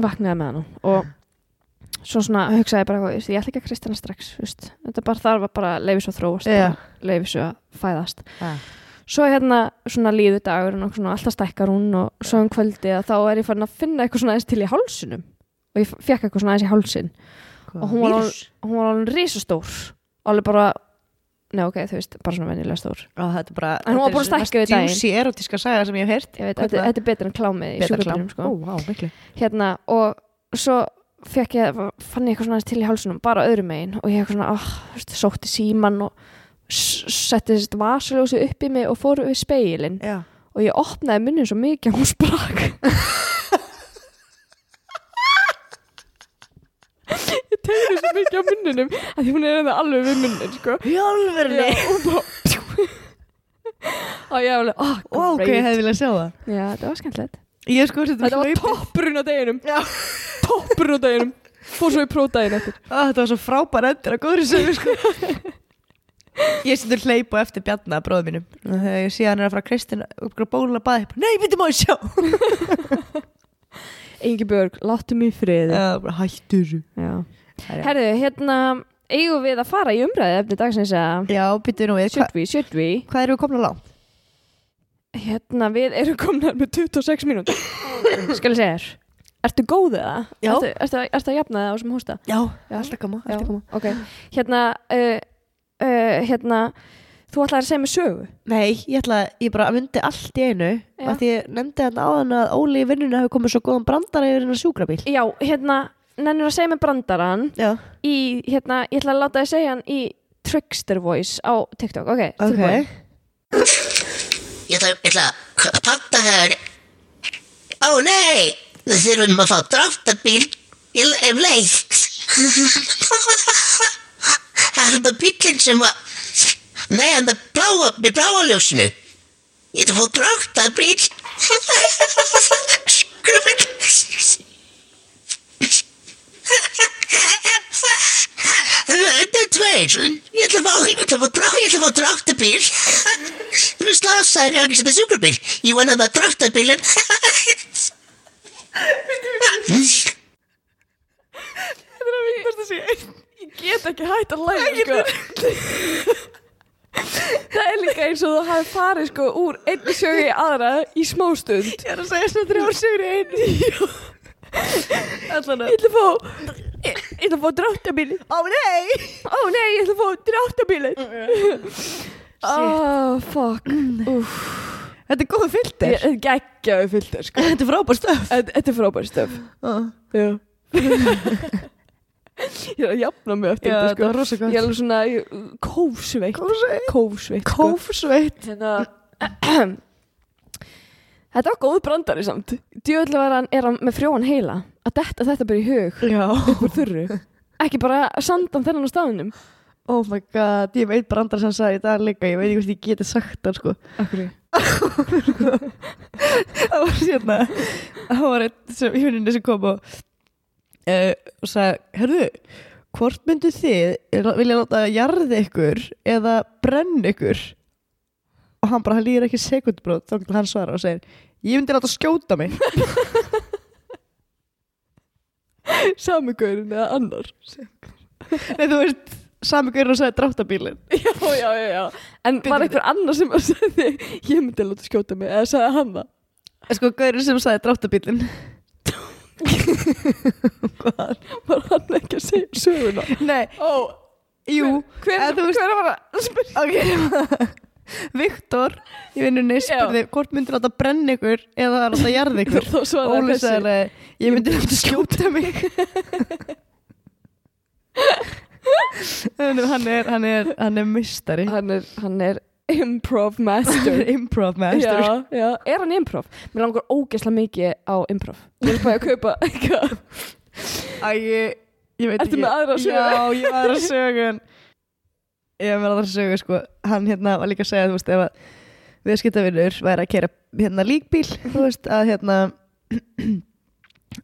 Vaknaði með hana og svo svona hugsaði ég bara, eitthvað, veist, ég ætla ekki að kreist hana strax, veist. Þetta bara þarf að bara leifis að þróast,
Já.
bara leifis að fæðast.
Já.
Svo hérna svona líðu dagurinn og svona alltaf stækkar hún og svo um kvöldi að þá er ég farin að finna eitthvað svona aðeins til í hálsinum og ég fekk eitthvað svona aðeins í hálsin Og hún var
sko. Vírus?
og hún var alveg risastór alveg bara, neða ok, þú veist bara svona venjulega stór
Já, þetta er bara,
En hún var búin að stækka við daginn.
djúsi erotíska saga sem ég hef heyrt.
ég veit,
Hvað
þetta,
er það?
þetta er betur en klámið í
Betra
sjúkrabílum
Ó,
sko.
vá, miklu.
hérna, og svo fekk ég, fann ég eitthvað svona aðeins til í hálsunum bara öðrum megin og ég eitthvað svona oh, veist, sótti síman og s- setti þessi vasaljósi upp í mig og fór við speilin
Já.
og ég opnaði munnin svo mikið að hún sprakk ég tegði svo mikið á munninum að því hún er hérna alveg við munnin sko.
Í alvörni?
Já, og bara pjú. og ég var alveg oh,
Ó, ok, ég hefði viljað sjá það.
já, þetta var skemmtilegt
Ég sko, þetta
þetta
var
var
hlaup.
toppurinn á deginum
Já.
toppurinn á deginum fór svo í pródaginn eftir
Á, Þetta var svo frábær endur að góðri sögur, sko. Ég setur hleyp og eftir bjarna bróðum mínum. Og Þegar ég sé að hann er að fara Kristina upp og bóla að baði, ég bara, nei, býttu má ég sjá.
Engi Björg, láttu mig í friði
Já, bara hættur.
já.
Það er-
herðu, hérna eigum við að fara í umræði efni dagsins að
Já, býttu nú við. Hva,
should we, should we
hvað erum við komin að lág?
hérna, við erum komnar með 26 mínútur skal ég segja þér Ertu góð eða?
Já.
Ertu, ertu, ertu að jafna það á sem hósta?
Já,
Já.
alltaf koma,
Já,
alltaf koma.
ok. Hérna, uh, uh, hérna, þú ætlaði að segja mér sögu.
Nei, ég ætla að, ég bara myndi allt í einu
Já.
að því ég nefndi hann áðan að Óli í vinnunni hafi komið svo góðan brandara yfir hennar sjúkrabíl
Já, hérna, nennir að segja mér brandarann
Já,
í, hérna, ég ætla að láta þið segja hann í trickster voice á TikTok, ok?
ok
tilbúin.
Ég þarf ég ætla að panta hér. Ó nei, við þurfum að fá dráttabíl um leið. Það er það bílinn sem var... Nei, hann er bláa, með bláaljósinu. Ég þarf að fá dráttabíl. Þetta er tveir. Ég ætla að fá, ég ætla að fá dráttabíl. Ég ætla að fá dráttabíl. Þú slasaðir ekki sem Dus er sjúkrabíl. Ég vona að það dráttabílinn. Hm?
Ég get ekki hægt að læra, sko. Það er líka eins og þú hafi farið, sko, úr einn sögu í aðra í smóstund.
Ég er að segja svona þrjár sigur í einu Allan
Ég ætla að fá, ég, ég ætla að fá dráttabíli.
Ó nei
Ó nei, ég ætla að fá dráttabíli. Oh, fuck.
Þetta er góð fylgdir
Ég- Þetta er geggjaðu filter, sko.
Þetta er frábær stöf
Þetta þetta er frábæri stöf. Já. ég er að jafna mig eftir þetta, sko.
rosa
Ég er alveg svona ég- kófsveitt.
Kófsveitt.
Kófsveitt, sko.
Kófsveitt
Hérna, þetta var góð brandari samt. Djöðlega var hann, er hann með frjóan heila. Að þetta, þetta bara í hug.
Já
Úr þurru. Ekki bara sandan þennan á staðunum.
Oh my god, ég veit brandara sem hann sagði í dag líka Ég veit ekki hvort ég geti sagt það sko
Akkur.
það var sérna það var einn sem í vinninni sem kom og uh, og sagði herðu, hvort myndu þið vilja láta jarði ykkur eða brenn ykkur og hann bara, hann líður ekki sekundbrot þá hann svara og segir ég myndi láta skjóta mig
Samugurinn eða annar.
Nei, þú veist, sami gaur og sagði dráttabílin
Já, já, já, já. En var einhver annar sem að segði, ég myndi að láta skjóta mig, eða sagði hann það?
sko, gaurinn sem sagði dráttabílin
Var hann ekki að segja söguna?
nei,
Ó,
jú,
hver,
eða þú veist-
hver var að spyrja?
ok Viktor í vinnunni spurði hvort myndir láta brenn ykkur eða láta jarði ykkur
Þá svaraði
Óli
hann þessi.
sagði ég myndi láta skjóta mig Hann- hann er, hann er, hann er mistari
hann er, hann er improv master
Improv master
já, já, er hann í improv? Mér langar ógeðslega mikið á improv Ég vil bæja að kaupa eitthvað
Æ, ég, ég veit
Ertu
ekki
með aðra sögu?
Já, ég með aðra sögun Ég hef með aðra sögu sko Hann hérna var líka að segja, þú veist, ef að viðskiptavinnur væri að kera hérna líkbíl, þú veist, að hérna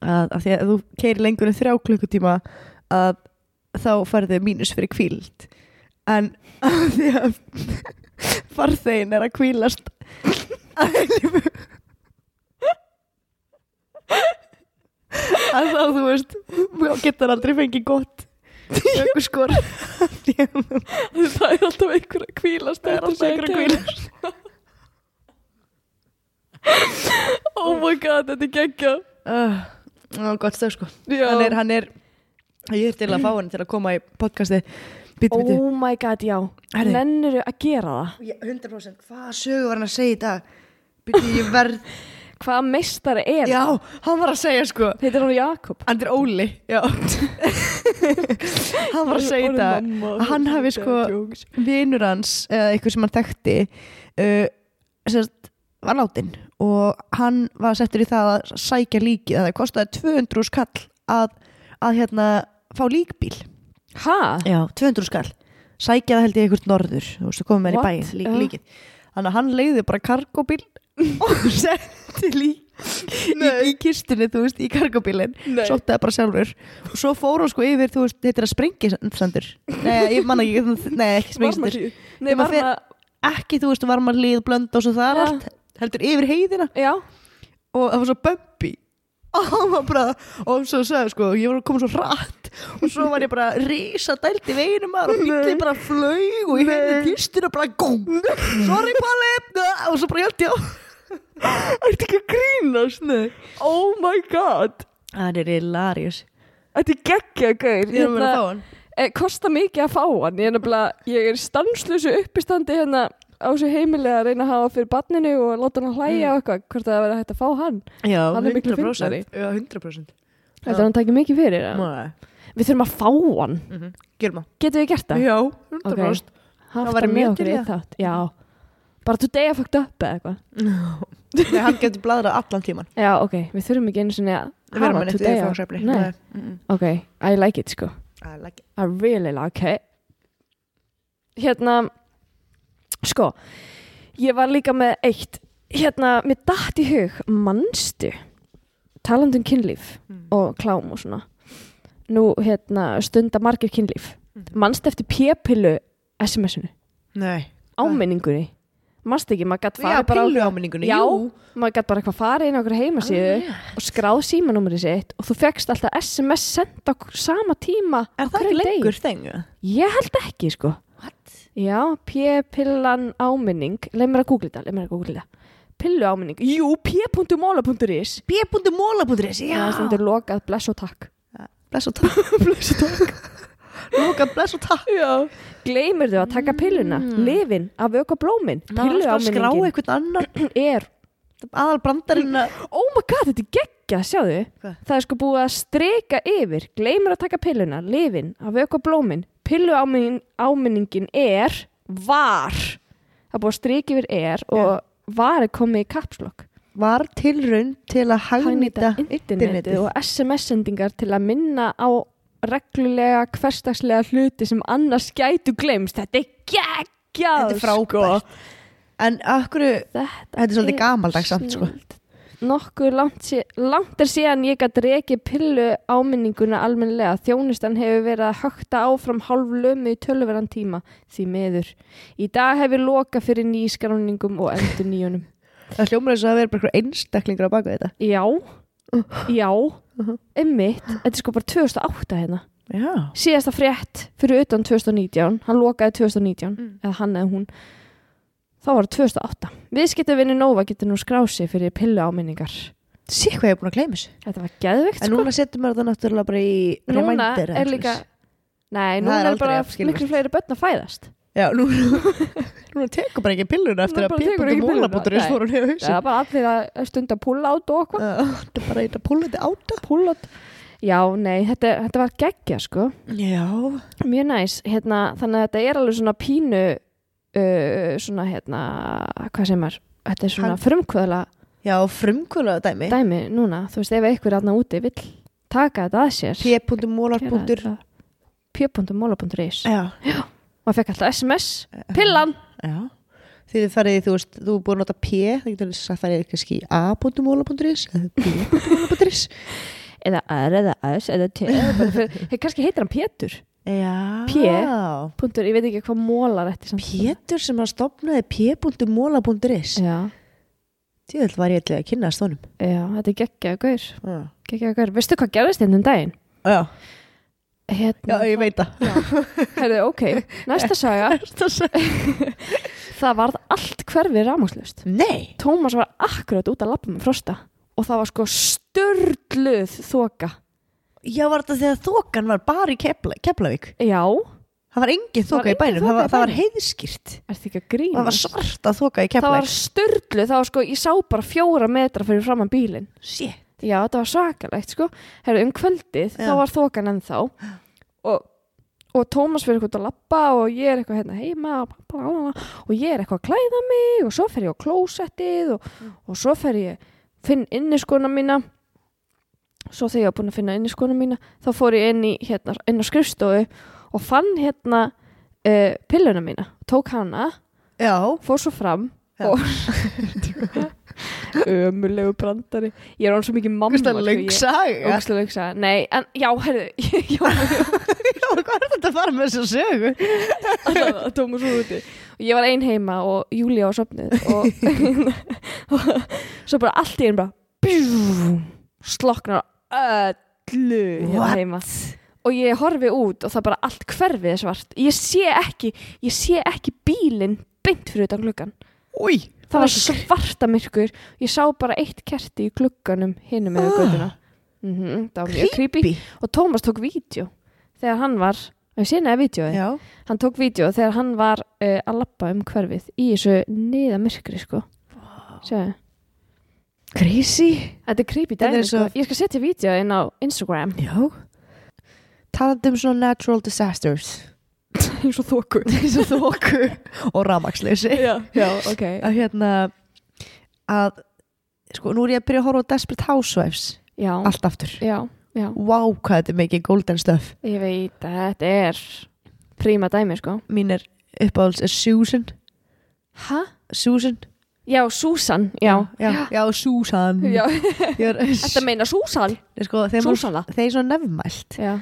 að af því að ef þú keiri lengur en þrjá klukkutíma að þá færðu mínus fyrir kvíld en af því að farþegin er að kvílast að eilífu að þá þú veist þá getur aldrei fengið gott aukur skor það
Það er alltaf einhver að kvílast
er alltaf einhver að kvílast
Oh my god, þetta er geggja
uh, gott stöð sko
Já.
hann er, hann er ég er til að fá hann til að koma í podcasti bítu bítu
Oh my god, já
Herri.
Nenniru að gera það?
Já, 100% Hvað sögur var hann að segja í dag? Byrju, ég verð
Hvað meistari er?
Já, hann var að segja sko
Heitir hann Jakob?
Andri Óli Já Hann var að segja í dag að hann hafi sko Vinur hans Eða eitthvað sem hann þekkti uh, Sérst Var látin Og hann var settur í það að sækja líkið Það kostaði 200 skall að, að hérna Fá líkbíl
Ha?
Já, 200 skall Sækja það held ég eitthvað norður Þú veist, þú komum með hann í
What?
bæinn lík,
Já.
líkið Þannig að hann leiði bara kargóbíl og setti lík í, í kistunni, þú veist, í kargóbílinn
Nei.
Sótti það bara sjálfur Og svo fór hún sko yfir, þú veist, heitir það sprengisandur Nei, ég manna ekki, nei, ekki sprengisandur
Varmahlíð. Nei,
Þegar maður
varma
Ekki, þú veist, varma lið, blönd og svo það er
Ja.
allt Heldur yfir heiðina
Já
og það var svo bömbi og hann var bara, og svo sagði sko ég var að koma svo rætt og svo var ég bara risa dælt í veginum maður og bíllinn bara flög og ég hefði kistin og bara góng, sorry Palli og svo bara hjátti á
Ertu ekki að grínast? Nei Oh my god
hann er hilarious
Þetta er geggja gaur
ég er að vera að fá hann
e, Kosta mikið að fá hann Ég er nefnilega Ég er stanslösu uppistandi hérna á þessu heimili að reyna að hafa fyrir barninu og láta hann hlæja og eitthvað hvort það verður hægt að fá hann
já,
Hann er miklu
100%.
fyndnari.
já, 100%
Þetta er hann takið mikið fyrir eða?
Nei.
Við þurfum að fá hann
gerum
Getum við gert
það
það?
já, 100%
Haft
Það væri
hann með
mjög
okkur
til í
í þátt, Já Bara today I fucked up eða eitthvað
Nei, hann getur bladrað allan tíman
Já, ok, við þurfum ekki einu sinni að
við erum
hafa
hann eftir
today
því
off.
fórsefli
Nei, ok, I like it sko I really like it Hérna Sko Ég var líka með eitt Hérna, mér datt í hug Manstu Talandi um kynlíf
Mm.
og klám og svona Nú, hérna, stunda margir kynlíf
Mhm.
Manstu eftir pépilu SMS-unu
nei
Áminningunni Manstu ekki, maður gætt
já,
farið bara á-
pillu áminningunni
Já, maður gætt bara eitthvað farið inn á okkur heimasíðu og skráð símanúmerið sitt og þú fegst alltaf SMS sendt á sama tíma á
er það
hverjum
ekki
degi.
lengur þengu?
Ég held ekki, sko. What? Já, p-pillan áminning. Leif mér að googla þetta, leif mér að googla þetta. Pillu áminning. Jú, p.móla.is.
b.móla.is
Það stendur lokað, bless og takk.
bless og takk bless og takk Lóka, bless og takk
Já. Mm. Gleimur þau að taka pilluna, lifin, að vöka blómin. Pillu
Pillu að skrá
áminningin
einhvern annan
er,
aðal brandarinn að
oh my god, þetta er geggja, sjáðu.
Hvað?
Það er sko búið að streka yfir. Gleimur að taka pilluna, lifin, að vöka blómin. Pillu áminning, áminningin er, var. Það er búið að streka yfir er og var er komið í kapslokk.
var tilraun til að hagnýta
hagnýta internetið
internetið
og SMS-sendingar til að minna á reglulega, hverstagslega hluti sem annars gætu glemst. Þetta er geggjað,
Þetta er frábært.
Sko.
en akkur
Þetta,
Þetta er svolítið gamaldags samt, sko.
snilld. Nokkuð langt, sé, langt er síðan ég gæti reikið pillu áminninguna almennilega. Þjónustan hefur verið að hökta áfram hálf lömu í töluveran tíma, því meður. Í dag hefur loka fyrir nýskráningum og endur nýjunum.
það hljómar þess að það verður bara einhver einstaklingur að baka þetta
Já, já,
Uh-huh.
einmitt, þetta er sko bara 2008 hérna.
já,
Síðasta frétt fyrir utan 2019, hann lokaði 2019,
Mm.
eða hann eða hún, þá var það 2008. Viðskiptavinni Nova getur nú skráð sig fyrir pillu áminningar.
sé hvað ég er búin að gleyma þessu
Þetta var geðveikt
en
sko.
núna setjum við þetta náttúrulega bara í
Núna
reminder
er líka, nei,
Það er
núna er,
aldrei
bara
jafn skilvirkt.
miklu fleiri börn að fæðast.
já, núna, núna tekur bara ekki pilluna eftir
Núna
að
bara tekur ekki pilluna.
p.móla.is
Nei. sko.
fór hún hefur
Það er bara allir að stunda pull out og eitthvað.
þetta er bara eitthvað púlandi áta
Pull out. Já, nei, þetta, þetta var geggja sko
Já.
Mjög næs, hérna, þannig að þetta er alveg svona pínu uh, svona hérna, hvað sem er þetta er svona
Hann- Eh?
frumkvöðla
Já, frumkvöla dæmi.
dæmi núna, þú veist, ef einhver aðna úti vill taka þetta að sér Hérna,
P.mólar.is
p.móla.is
Já.
maður fekk alltaf sms,
Eh,
pillan
Já. Þegar þið farið, þú veist, þú er búin að nota P, það getur þess að farið kannski í a.móla.is eða b.móla.is.
eða r eða s eða t eða bara fyrir- Hey, kannski heitir hann Pétur
Já.
P. Puntur, ég veit ekki hvað mólar þetta
Pétur sem að stopnaði p.móla.is.
já,
Tjóðvill var ég til að kynnaðast honum.
já, þetta er geggjaða gaur
Já.
geggjaða gaur, veistu hvað gerðist hérna um daginn?
Já. Já,
Hérna,
ég veit það.
herðu, ok næsta saga, það varð allt hverfi rámúslust
Nei.
Tómas var akkurat út að lappa með frosta og það var sko störluð þoka,
Já, var þetta þegar þokan var bara í Kepla, Keplavík.
já
Það var engin
var
þoka í
engin
bænum,
þoka
það
í
var, það var
bænum.
heiðskýrt.
er þetta ekki að grína?
Það var svart að þoka í
það var
Keplavík.
störluð, það var sko, ég sá bara fjóra metra fyrir framan bílinn
Shit.
Já, þetta var svakalegt sko Herru, um kvöldið,
Já.
þá var þokan ennþá og, og Tómas fyrir eitthvað að labba og ég er eitthvað hérna heima og, bla, bla, bla, bla, og ég er eitthvað að klæða mig og svo fer ég á klósettið og, og svo fer ég finn inniskona mína svo þegar ég var búin að finna inniskona mína þá fór ég inn, í, hérna, inn á skrifstofu og fann hérna uh, pilluna mína, tók hana
Já.
fór svo fram
Já.
og ömulegu brandari ég er án svo mikið mamma sko,
Hvist að löng saga.
Ógstlega lengsa, nei, en já, herðu, já,
Já, hvað er þetta að fara með þessu sögu?
það tóma svo úti. Og ég var ein heima og Júlia á sopnið og, og svo bara allt í einu bara, bjú, sloknar öllu hérna
What?
heima. Og ég horfi út og það bara allt hverfið er svart. Ég sé ekki, ég sé ekki bílinn beint fyrir utan gluggan.
Új.
Það var svarta myrkur, ég sá bara eitt kerti í glugganum hinum
Ah.
eða göttuna. Mm það var mjög creepy. og Tómas tók vídeo þegar hann var, ég sé neða vídeoði
Já.
hann tók vídeo þegar hann var uh, að lappa um hverfið í þessu niða myrkri sko wow.
Crazy.
þetta er creepy
Þetta er
dæmi sko.
svo-
ég skal setja vídeo inn á Instagram
Já. Talandi um svona natural disasters.
eins og þóku
Eins og þoku. Og ramagsleysi.
já, já, ok
Að hérna, að, sko, nú er ég að byrja að horfa á Desperate Housewives.
já,
Allt aftur.
já, já,
Vá, hvað þetta er mikið golden stuff.
ég veit að þetta er príma dæmi sko
Mín er uppáhalds er Susan.
hæ?
Susan.
já, Susan, já,
Já, já Susan.
já.
Ég er,
þetta meina Susan
sko, þeir, maður-
Susanna
þeir eru svo nefnmælt.
já,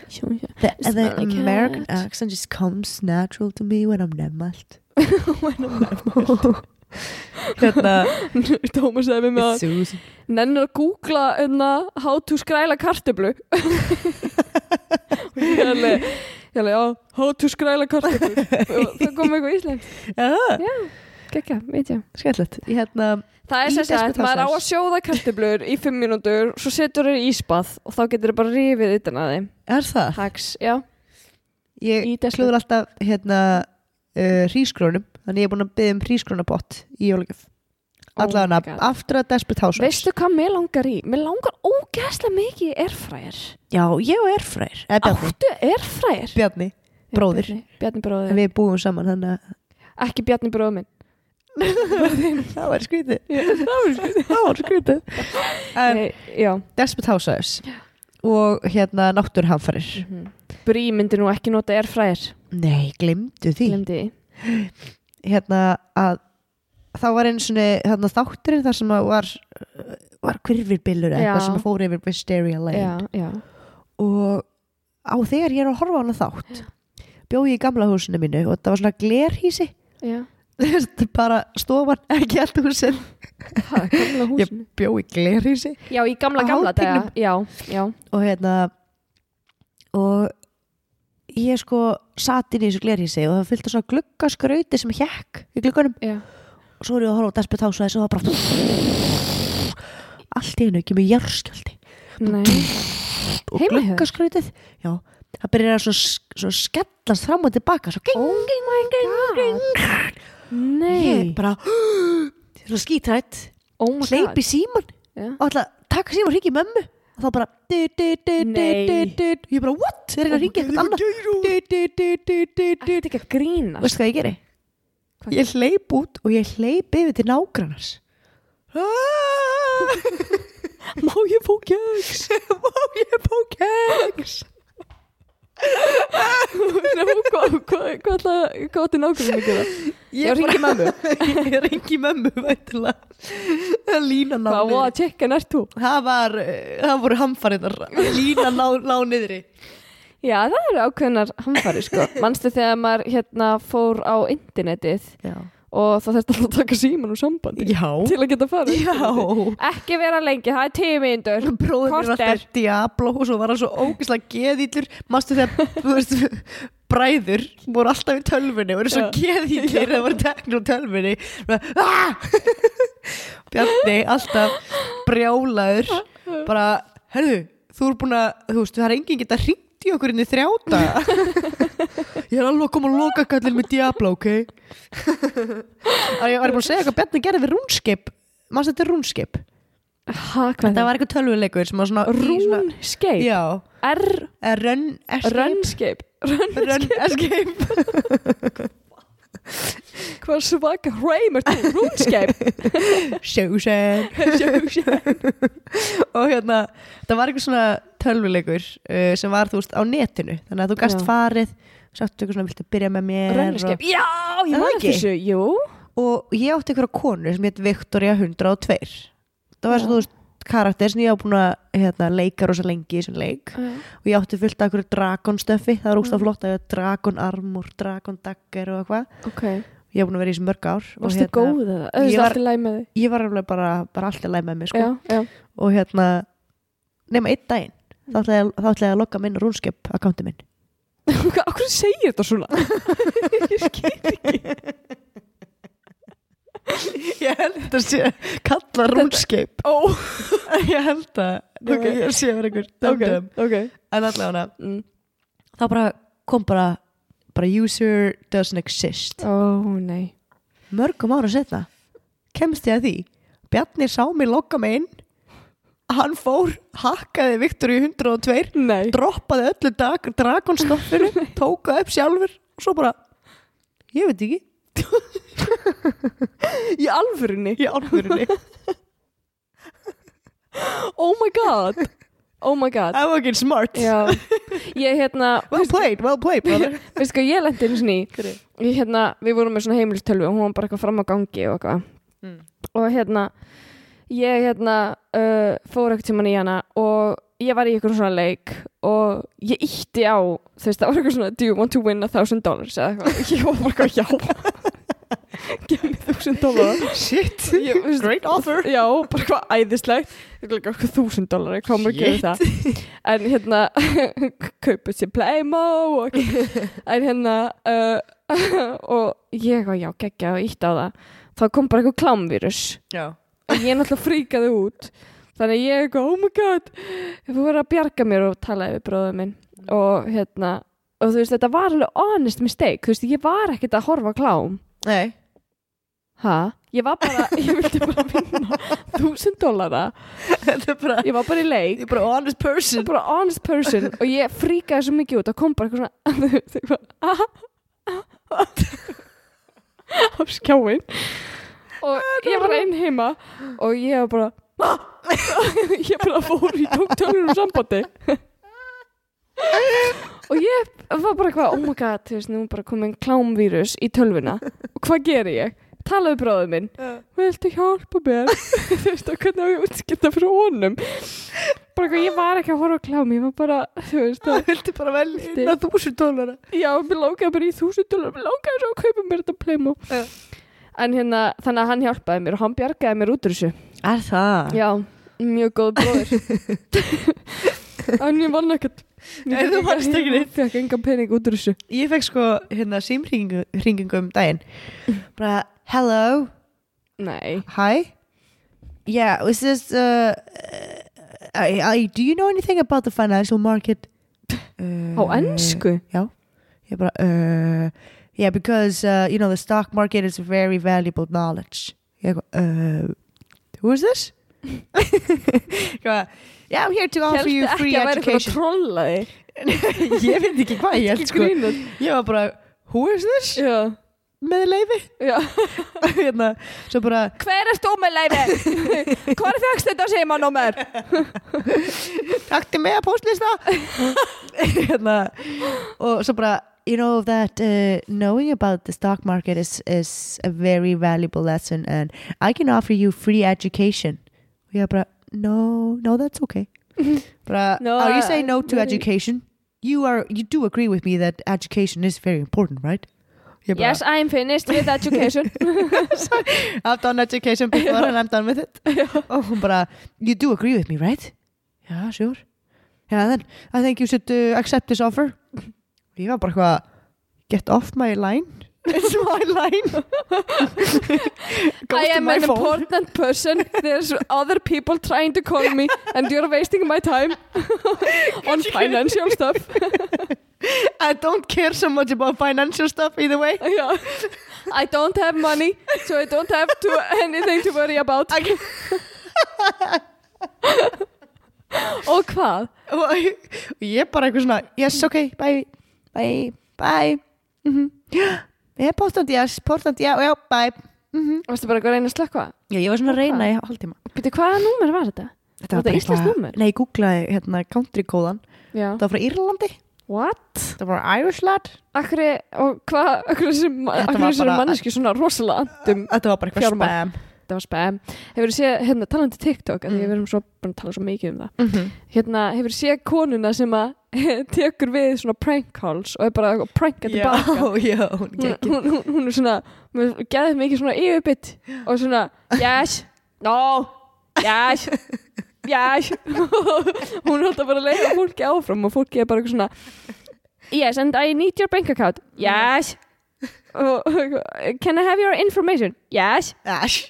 The,
It's
the
not like
American
that.
accent just comes natural to me when I'm nefnmælt. hérna,
Tómas hefði með að
Susan.
nennir að googla hérna, how to skræla kartöflu og ég alveg ég alveg, já, how to skræla kartöflu og það kom eitthvað íslenskt
Já,
já, gekkja, veit ég
skemmtilegt. Hérna,
það
Í
er sérst að
Desperate
maður á að
Housewives.
sjóða kartöflur í fimm mínútur, svo setur þér í íspað og þá getur þér bara rifið utan að þeim
er það?
hags, já, Í
Ég
Desperate.
klúður alltaf hérna uh, hrískrónum, þannig ég er búin að byggja um hrískrónabott í jólagjöf.
Oh
Allavega,
my God.
aftur að Desperate Housewives.
veistu hvað mér langar í mér langar ógæslega mikið í erfræðir
Já, ég og Erfræðir. Eða Bjarni.
áttu erfræðir
Bjarni, bróðir.
Bjarni, Bjarni
En
bróðir,
við búum saman, þannig að
ekki Bjarni bróður minn
það var skrítið.
það var sko
Það var skrítið. En
Nei, já
Um, Desperate Housewives og hérna náttúrhamfarir.
Brí myndi nú ekki nota erfræðir
Nei, glimdu því.
Glemdi því
Hérna að þá var einu svona hérna, þátturinn þar sem að var, var kvirfirbillur eða
Já.
eitthvað sem fór yfir Wisteria Lane.
Já, já
og á þegar ég er að horfa á hana þátt bjó ég í gamla húsinu mínu og það var svona glerhísi
Já,
Þú veist, bara stofan, ekki allt húsin
ha, gamla
ég
húsinu
bjó í glerhísi
Já, í gamla,
Á
gamla daga
hátinnum.
Já, já
og hérna og ég sko satt inn í þessu glerhísi og það fyllt að svona gluggaskrauti sem hjekk í glugganum
Já,
og svo er ég að horfa á Desperate Housewives og það bara allt í hennu, ekki með járskjöldi
nei
og
Heima hjá þér?
gluggaskrautið já, það byrjar að svona, svona skellast fram og tilbaka svo ging, ging, ging, ging,
Oh
ging
Nei
ég bara ég er svona skítrætt
Oh my
hleyp í síman
Já.
og ætla að taka síman og ringi mömmu og og þá bara du, du, du, du,
Nei.
du, du. ég bara what, er það að ringja eitthvað annað Du, du, du, du, du, du.
Þetta ekki að grína
veistu hvað ég geri ég hleyp út og ég hleyp yfir til nágrannars Ah!
Má ég fá keks?
má ég fá keks
Nei, Hvað hva, hva, hva, hva átti nákvæmlega að gera?
ég ringi mömmu ég ringi mömmu væntanlega. Það er lína ná
Hvað var
niðri
að tjekka nær þú?
það var, eh, það voru hamfarinnar lína ná, ná niðri
Já, það eru ákveðnar hamfari sko Manstu þegar maður hérna fór á internetið
já,
og þá þurfti alltaf að taka síman úr sambandi
já.
til að geta farið
Já.
Ekki vera lengi, það er tíu mínútur
bróðir mér var
Korter.
alltaf Diablo og svo var hann svo ógeðslega geðillur Mástu þegar þú veist, bræður voru alltaf í tölvunni og voru svo
Já.
geðillir þegar það voru teknir úr tölvunni Bara, "Ah!" Bjarni alltaf brjálaður bara, herðu, þú er búin að þú veist, það er enginn geta hringt í okkur inn í þrjáta ég er alveg að koma að loka kallin með Diablo, ok Var ég var ég búin að segja hvað Bjarni gerði við rúnskip Mástu þetta er rúnskip?
Ha, hvað
Þetta
það var
var eitthvað tölvuleikur sem var svona í svona-
Rúnskeip
Já,
R,
Eh, Run Escape
rönnskeip Rönn,
Run Escape
hvað svaka hreim er þú? Rúnskeip
Susan Og hérna, það var eitthvað svona tölvuleikur uh, sem var þú veist á netinu Þannig að þú gast
Já.
farið Sáttu eitthvað svona, viltu byrja með mér
Rönnskeip, já,
Er
ég
það
maður
ekki?
eftir þessu Jú,
og, og ég átti eitthvað konu sem heit Victoria 102 Það var
Já.
svo þú veist karakter sem ég á búin að hérna, leika rosa lengi í þessum leik og ég átti fullt af einhverju dragonstöfi það var úrst af flott að ég hafa dragonarmur, dragondagger og eitthvað
ok
ég hef búin að vera í þessu mörg ár og hérna-
Varstu góð eða?
ég
Öðvist
var-
allt í læg með þig
ég var alveg bara, bara alltaf læg með mig sko.
Já, já
og hérna nema einn daginn þá ætla ég, þá ætla ég að logga minn rúnskip akkánti minn
Hvað, okkur segir þetta svona?
ég held að sé kalla rúnskip
Ó,
ég held að
Ok.
ég sé verið einhver
ok,
dömdum
ok
en allavega hana
Mm.
þá bara kom bara bara user doesn't exist
Ó, nei
mörgum ára setna kemst ég að því Bjarni sá mig logga mig inn hann fór, hakkaði Viktor í 102
Nei
droppaði öllu dag, dragonstoffinu tóka upp sjálfur og svo bara ég veit ekki
Í alvörinni
í álfurinni
Oh my god Oh my god
I'm fucking smart
Já Ég hérna
well played, well played brother
Veistu hvað ég lendi eins og ný Ég hérna Við vorum með svona heimilistölvu og hún var bara eitthvað fram á gangi og eitthvað Og hérna Ég hérna uh, Fór eitthvað tíman í hana og ég var í eitthvað svona leik og ég ítti á þú veist það var eitthvað svona do you want to win a thousand dollars eða eitthvað ég var bara eitthvað já gef mér þúsund dollara
shit,
Ég- þú veist-
great offer
Já, bara eitthvað æðislegt Þetta er líka eitthvað þúsund dólar Hvað maður gerir
Shit.
það En hérna, kaupið sér Playmo og, En hérna uh, Og ég var já, geggja og ítt á það Þá kom bara eitthvað klámvírus
já,
Og ég náttúrulega fríkaði út Þannig að ég eitthvað, oh my god Þú verður að bjarga mér og tala yfir bróðum minn Og hérna Og þú veist, þetta var alveg honest mistake Þú veist, ég var ekkert að horfa á klám
nei
Hæ? Ég var bara, ég vildi bara vinna þúsund dólara,
þetta er bara,
ég var bara í leik
ég er bara honest person
bara honest person og ég fríkaði svo mikið út og kom bara eitthvað svona þú veist, eitthvað, ah, ah, ah, á skjáin og ég var einn heima og ég var bara ah, ég bara fór í tóktölunum sambandi og ég var bara eitthvað oh my god, þú veist, nú er bara komin klámvírus í tölvuna og hvað geri ég? talaðu bróðum minn, viltu hjálpa mér? þú veist, og hvernig á ég að útskipta fyrir honum bara eitthvað, ég var ekki að horfa á klám ég var bara, þú veist, að
vildi bara vel
Vildi-
inn að þúsund dólara
Já, mér langaði bara í þúsund dólar Mér langaði svo að kaupa mér þetta Playmo
Já.
En hérna, þannig að hann hjálpaði mér og hann bjargaði mér út úr þessu
er það?
Já, mjög góð bróðir En ég vann ekkert Ég
Nei, þú
fékk
vannst
engan-
ekki neitt.
Ég fekk engan pening út úr þessu
ég fekk sko hérna símringingu hringingu um daginn bara hello
Nei
Hi. Yeah, was this? Uh, I, I, do you know anything about the financial market? Uh,
Á ennsku?
Yeah, but, uh, yeah, because uh, you know the stock market is very valuable knowledge. Yeah, uh, who is this? Eitthvað, Yeah, I'm here to offer you
Hélstu
free
ekki að væri eitthvað að
education
trolla þig
Ég veit ekki hvað ég held
Ekki
sko
grínast
Ég var bara, who is this?
Já,
Með leifi
já
hérna, Svo bara,
Hver er stómuleyfi? Hvar fegst þetta símanúmer?
takti með að postlista hérna, Og svo bara You know that uh, knowing about the stock market is, is a very valuable lesson and I can offer you free education Og ég var bara, no, no that's okay bara,
No,
are you
I-
saying no to
I-
education? You are, you do agree with me that education is very important, right? Ég bara,
Yes, I'm finished with education
I've done education before and I'm done with it og hún bara, you do agree with me, right? Já, sure yeah, then, I think you should uh, accept this offer og ég var bara eitthvað get off my line it's my line goes
I
to
am
my
an
phone
important person There's other people trying to call me And you're wasting my time On financial stuff
I don't care so much about financial stuff either way
Já. I don't have money So I don't have to anything to worry about
I,
Og hvað?
og og ég bara eitthvað svona yes, ok, bye bye, bye mm -hmm. yeah, postant yes, postant já, já, bye
Varstu bara eitthvað að reyna að slökka?
Já, ég var svona að
Og
reyna
hvað?
í hálftíma
Býtu, hvaða númer var þetta?
Þetta
Var þetta
bara
íslenskt
eitthvað-
númer?
Nei, ég googlaði hérna country kóðan
Já.
Það var frá Írlandi,
What?
það var Irish lad
Akkur, og hvað, akkur þessi,
Þetta
akkur
var
þessi
bara-
manneski svona rosalega andum.
Þetta var bara eitthvað
Fjármál.
spam
Þetta var spæm. Hefur séð, hérna, talandi TikTok, mm.
Mm.
því við erum svo, búin að tala svo mikið um það.
mm -hmm.
Hérna, hefur séð konuna sem að tekur við svona prank calls og er bara að pranka tilbaka.
já, hún
Hún,
gekk
hún, hún, hún er svona, hún geðið mikið svona yfirbytt og svona, yes, no, yes, yes. hún er alltaf bara að leiða fólki áfram og fólki er bara eitthvað svona, yes, and I need your bank account, yes, og, can I have your information, yes,
Æsj.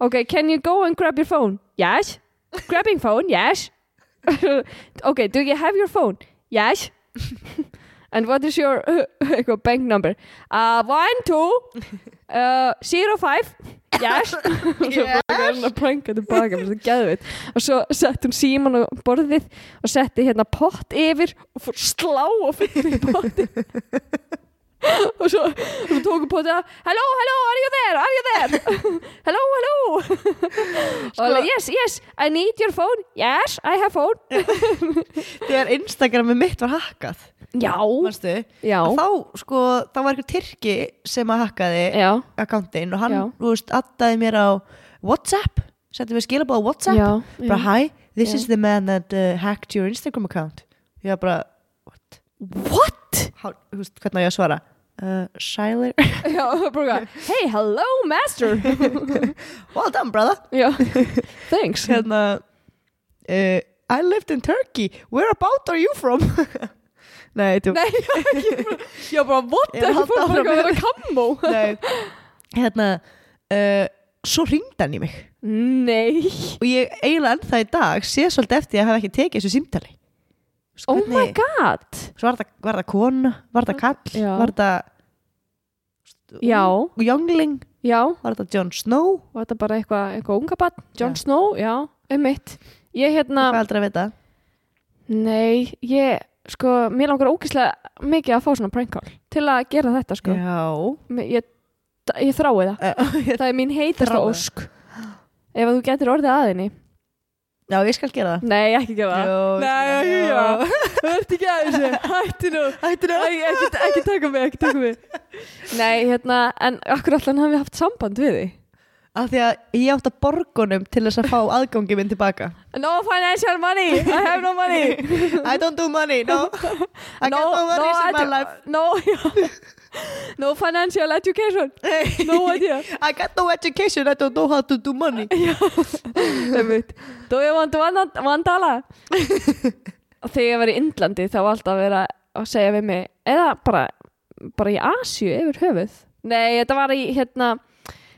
okay, can you go and grab your phone, yes, grabbing phone, yes, okay, do you have your phone, yes, and what is your eitthvað bank number, uh, one, two, uh, zero, five, yes, svo bara eitthvað er hún að prænga tilbaka mér þetta geðveit og svo sett hún síman á borðið og setti hérna pott yfir og fór slá og fyrir í potti og svo, svo tók hún potti að hello, hello, are you there, are you there hello, hello og
Sko-
alveg, yes, yes, I need your phone yes, I have phone
Þegar Instagramið mitt var hakkað
já,
Manstu?
já,
Að Þá, sko, þá var eitthvað tyrki sem að hakkaði
já,
akkántin og hann,
Já.
þú veist, addaði mér á WhatsApp, setti mér skilabóð á WhatsApp
já,
bara,
já.
hi, this
Já.
is the man that uh, hacked your Instagram account ég var bara, what?
what?
Há, þú veist, hvernig á ég að svara uh, Shiler,
já, bara, hey, hello, master
well done brother
já, thanks
hérna uh, I lived in Turkey, where about are you from? nei, þú
Nei, ég var ekki bara- ég var bara vott
Ég
ekki
er að
fór
halda áfram
bara eitthvað að vera kammó
nei. hérna uh, svo ringd hann í mig
Nei
og ég eiginlega ennþá í dag sé svolítið eftir að hafa ekki tekið þessu símtali Þú veist,
Oh my
hvernig-
god
svo var það, var það kona, var það kall
Já.
var það
Já,
Youngling,
já,
var það Jon Snow
var þetta bara eitthvað eitthva unga bann Jon
Já.
Snow, já, einmitt Ég
hvað
hérna,
aldrei að vita
nei, ég sko, mér langar ógislega mikið að fá svona prank call til að gera þetta sko
Já
Mér- ég, ég þrái það,
Eh,
það er mín heitasta
Þrái.
ósk Ef að þú getur orðið aðinni
Já, ég skal gera það
Nei, ekki gera það Nei, ekki gera það Vertu ekki að þessu, hættu nú
Ættir
Æ, ekki, ekki taka mig, ekki taka mig Nei, hérna, en akkur allan hafi haft samband við því
Af því að ég átt að borgunum til þess að fá aðgangi minn tilbaka
No financial money, I have no money
I don't do money, no I got
no,
no
no,
worries in my
edu-
life
No, já. no financial education No idea
I got no education, I don't know how to do money
Einmitt. Do you want one, one dollar? Þegar ég var í Indlandi þá var alltaf verið að- að segja við mig eða bara, bara í Asju yfir höfuð Nei, þetta var í hérna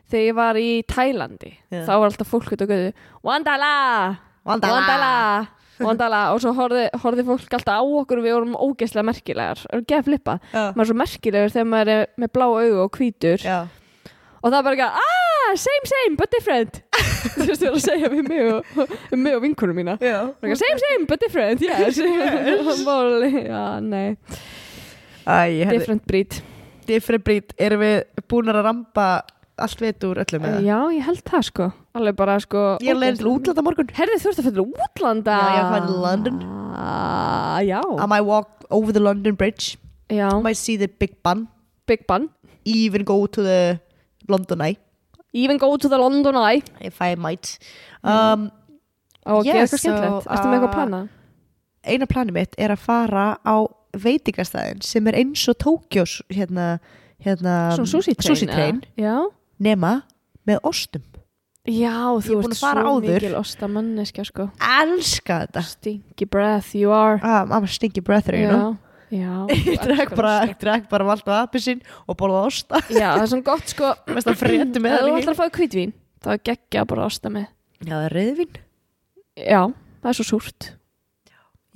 þegar ég var í Tælandi
Já.
þá var alltaf fólk út og guðu One dollar!
One dollar.
One dollar! One dollar! og svo horfði, horfði fólk alltaf á okkur og við vorum ógeðslega merkilegar og geða flippa
Já.
maður er svo merkilegur þegar maður er með blá augu og hvítur
Já,
og það er bara eitthvað, ah, same, same, but different Þú veist, þú er að segja við mig og, um mig og vinkunum mína
Já.
Bara eitthvað, Same, same, but different, yes, yes. Já, nei,
Æ, ég hefði
different breed
different breed, erum við búin að rampa allt veit úr öllum eða?
Já, ég held það sko Alveg bara sko
Ég er leiðin til útlanda morgun
Herði þú ert að fyrir útlanda
Já, ég er að fara til London.
Ah, Já,
I might walk over the London Bridge
já,
I might see the Big Bun
Big Bun
Even go to the London Eye
Even go to the London Eye
If I might
Mm.
um,
Og
Yes,
gera eitthvað
so,
skemmtilegt Ertu með eitthvað
uh,
að plana?
Eina planið mitt er að fara á veitingastæðin sem er eins og Tókjós hérna, hérna
Svona sushi train
sushi train
Já
nema með ostum
Já,
Ég
þú
er búin
ert
að fara
svo
áður. Ah.
mikil ostamanniska sko
Elska þetta
Stinky breath you are
um, I'm a stinky breather you know
Já, já
Ég
þú
drekk
elskar
bara,
osta.
ég drekk bara valda appisinn og borða osta
Já, það er svona gott sko
mest að fréttu með
Ef
hann
þú
í
ætlar að fá kvítvín þá er geggja að bara osta með
Já, það er reyðvin
Já, það er svo súrt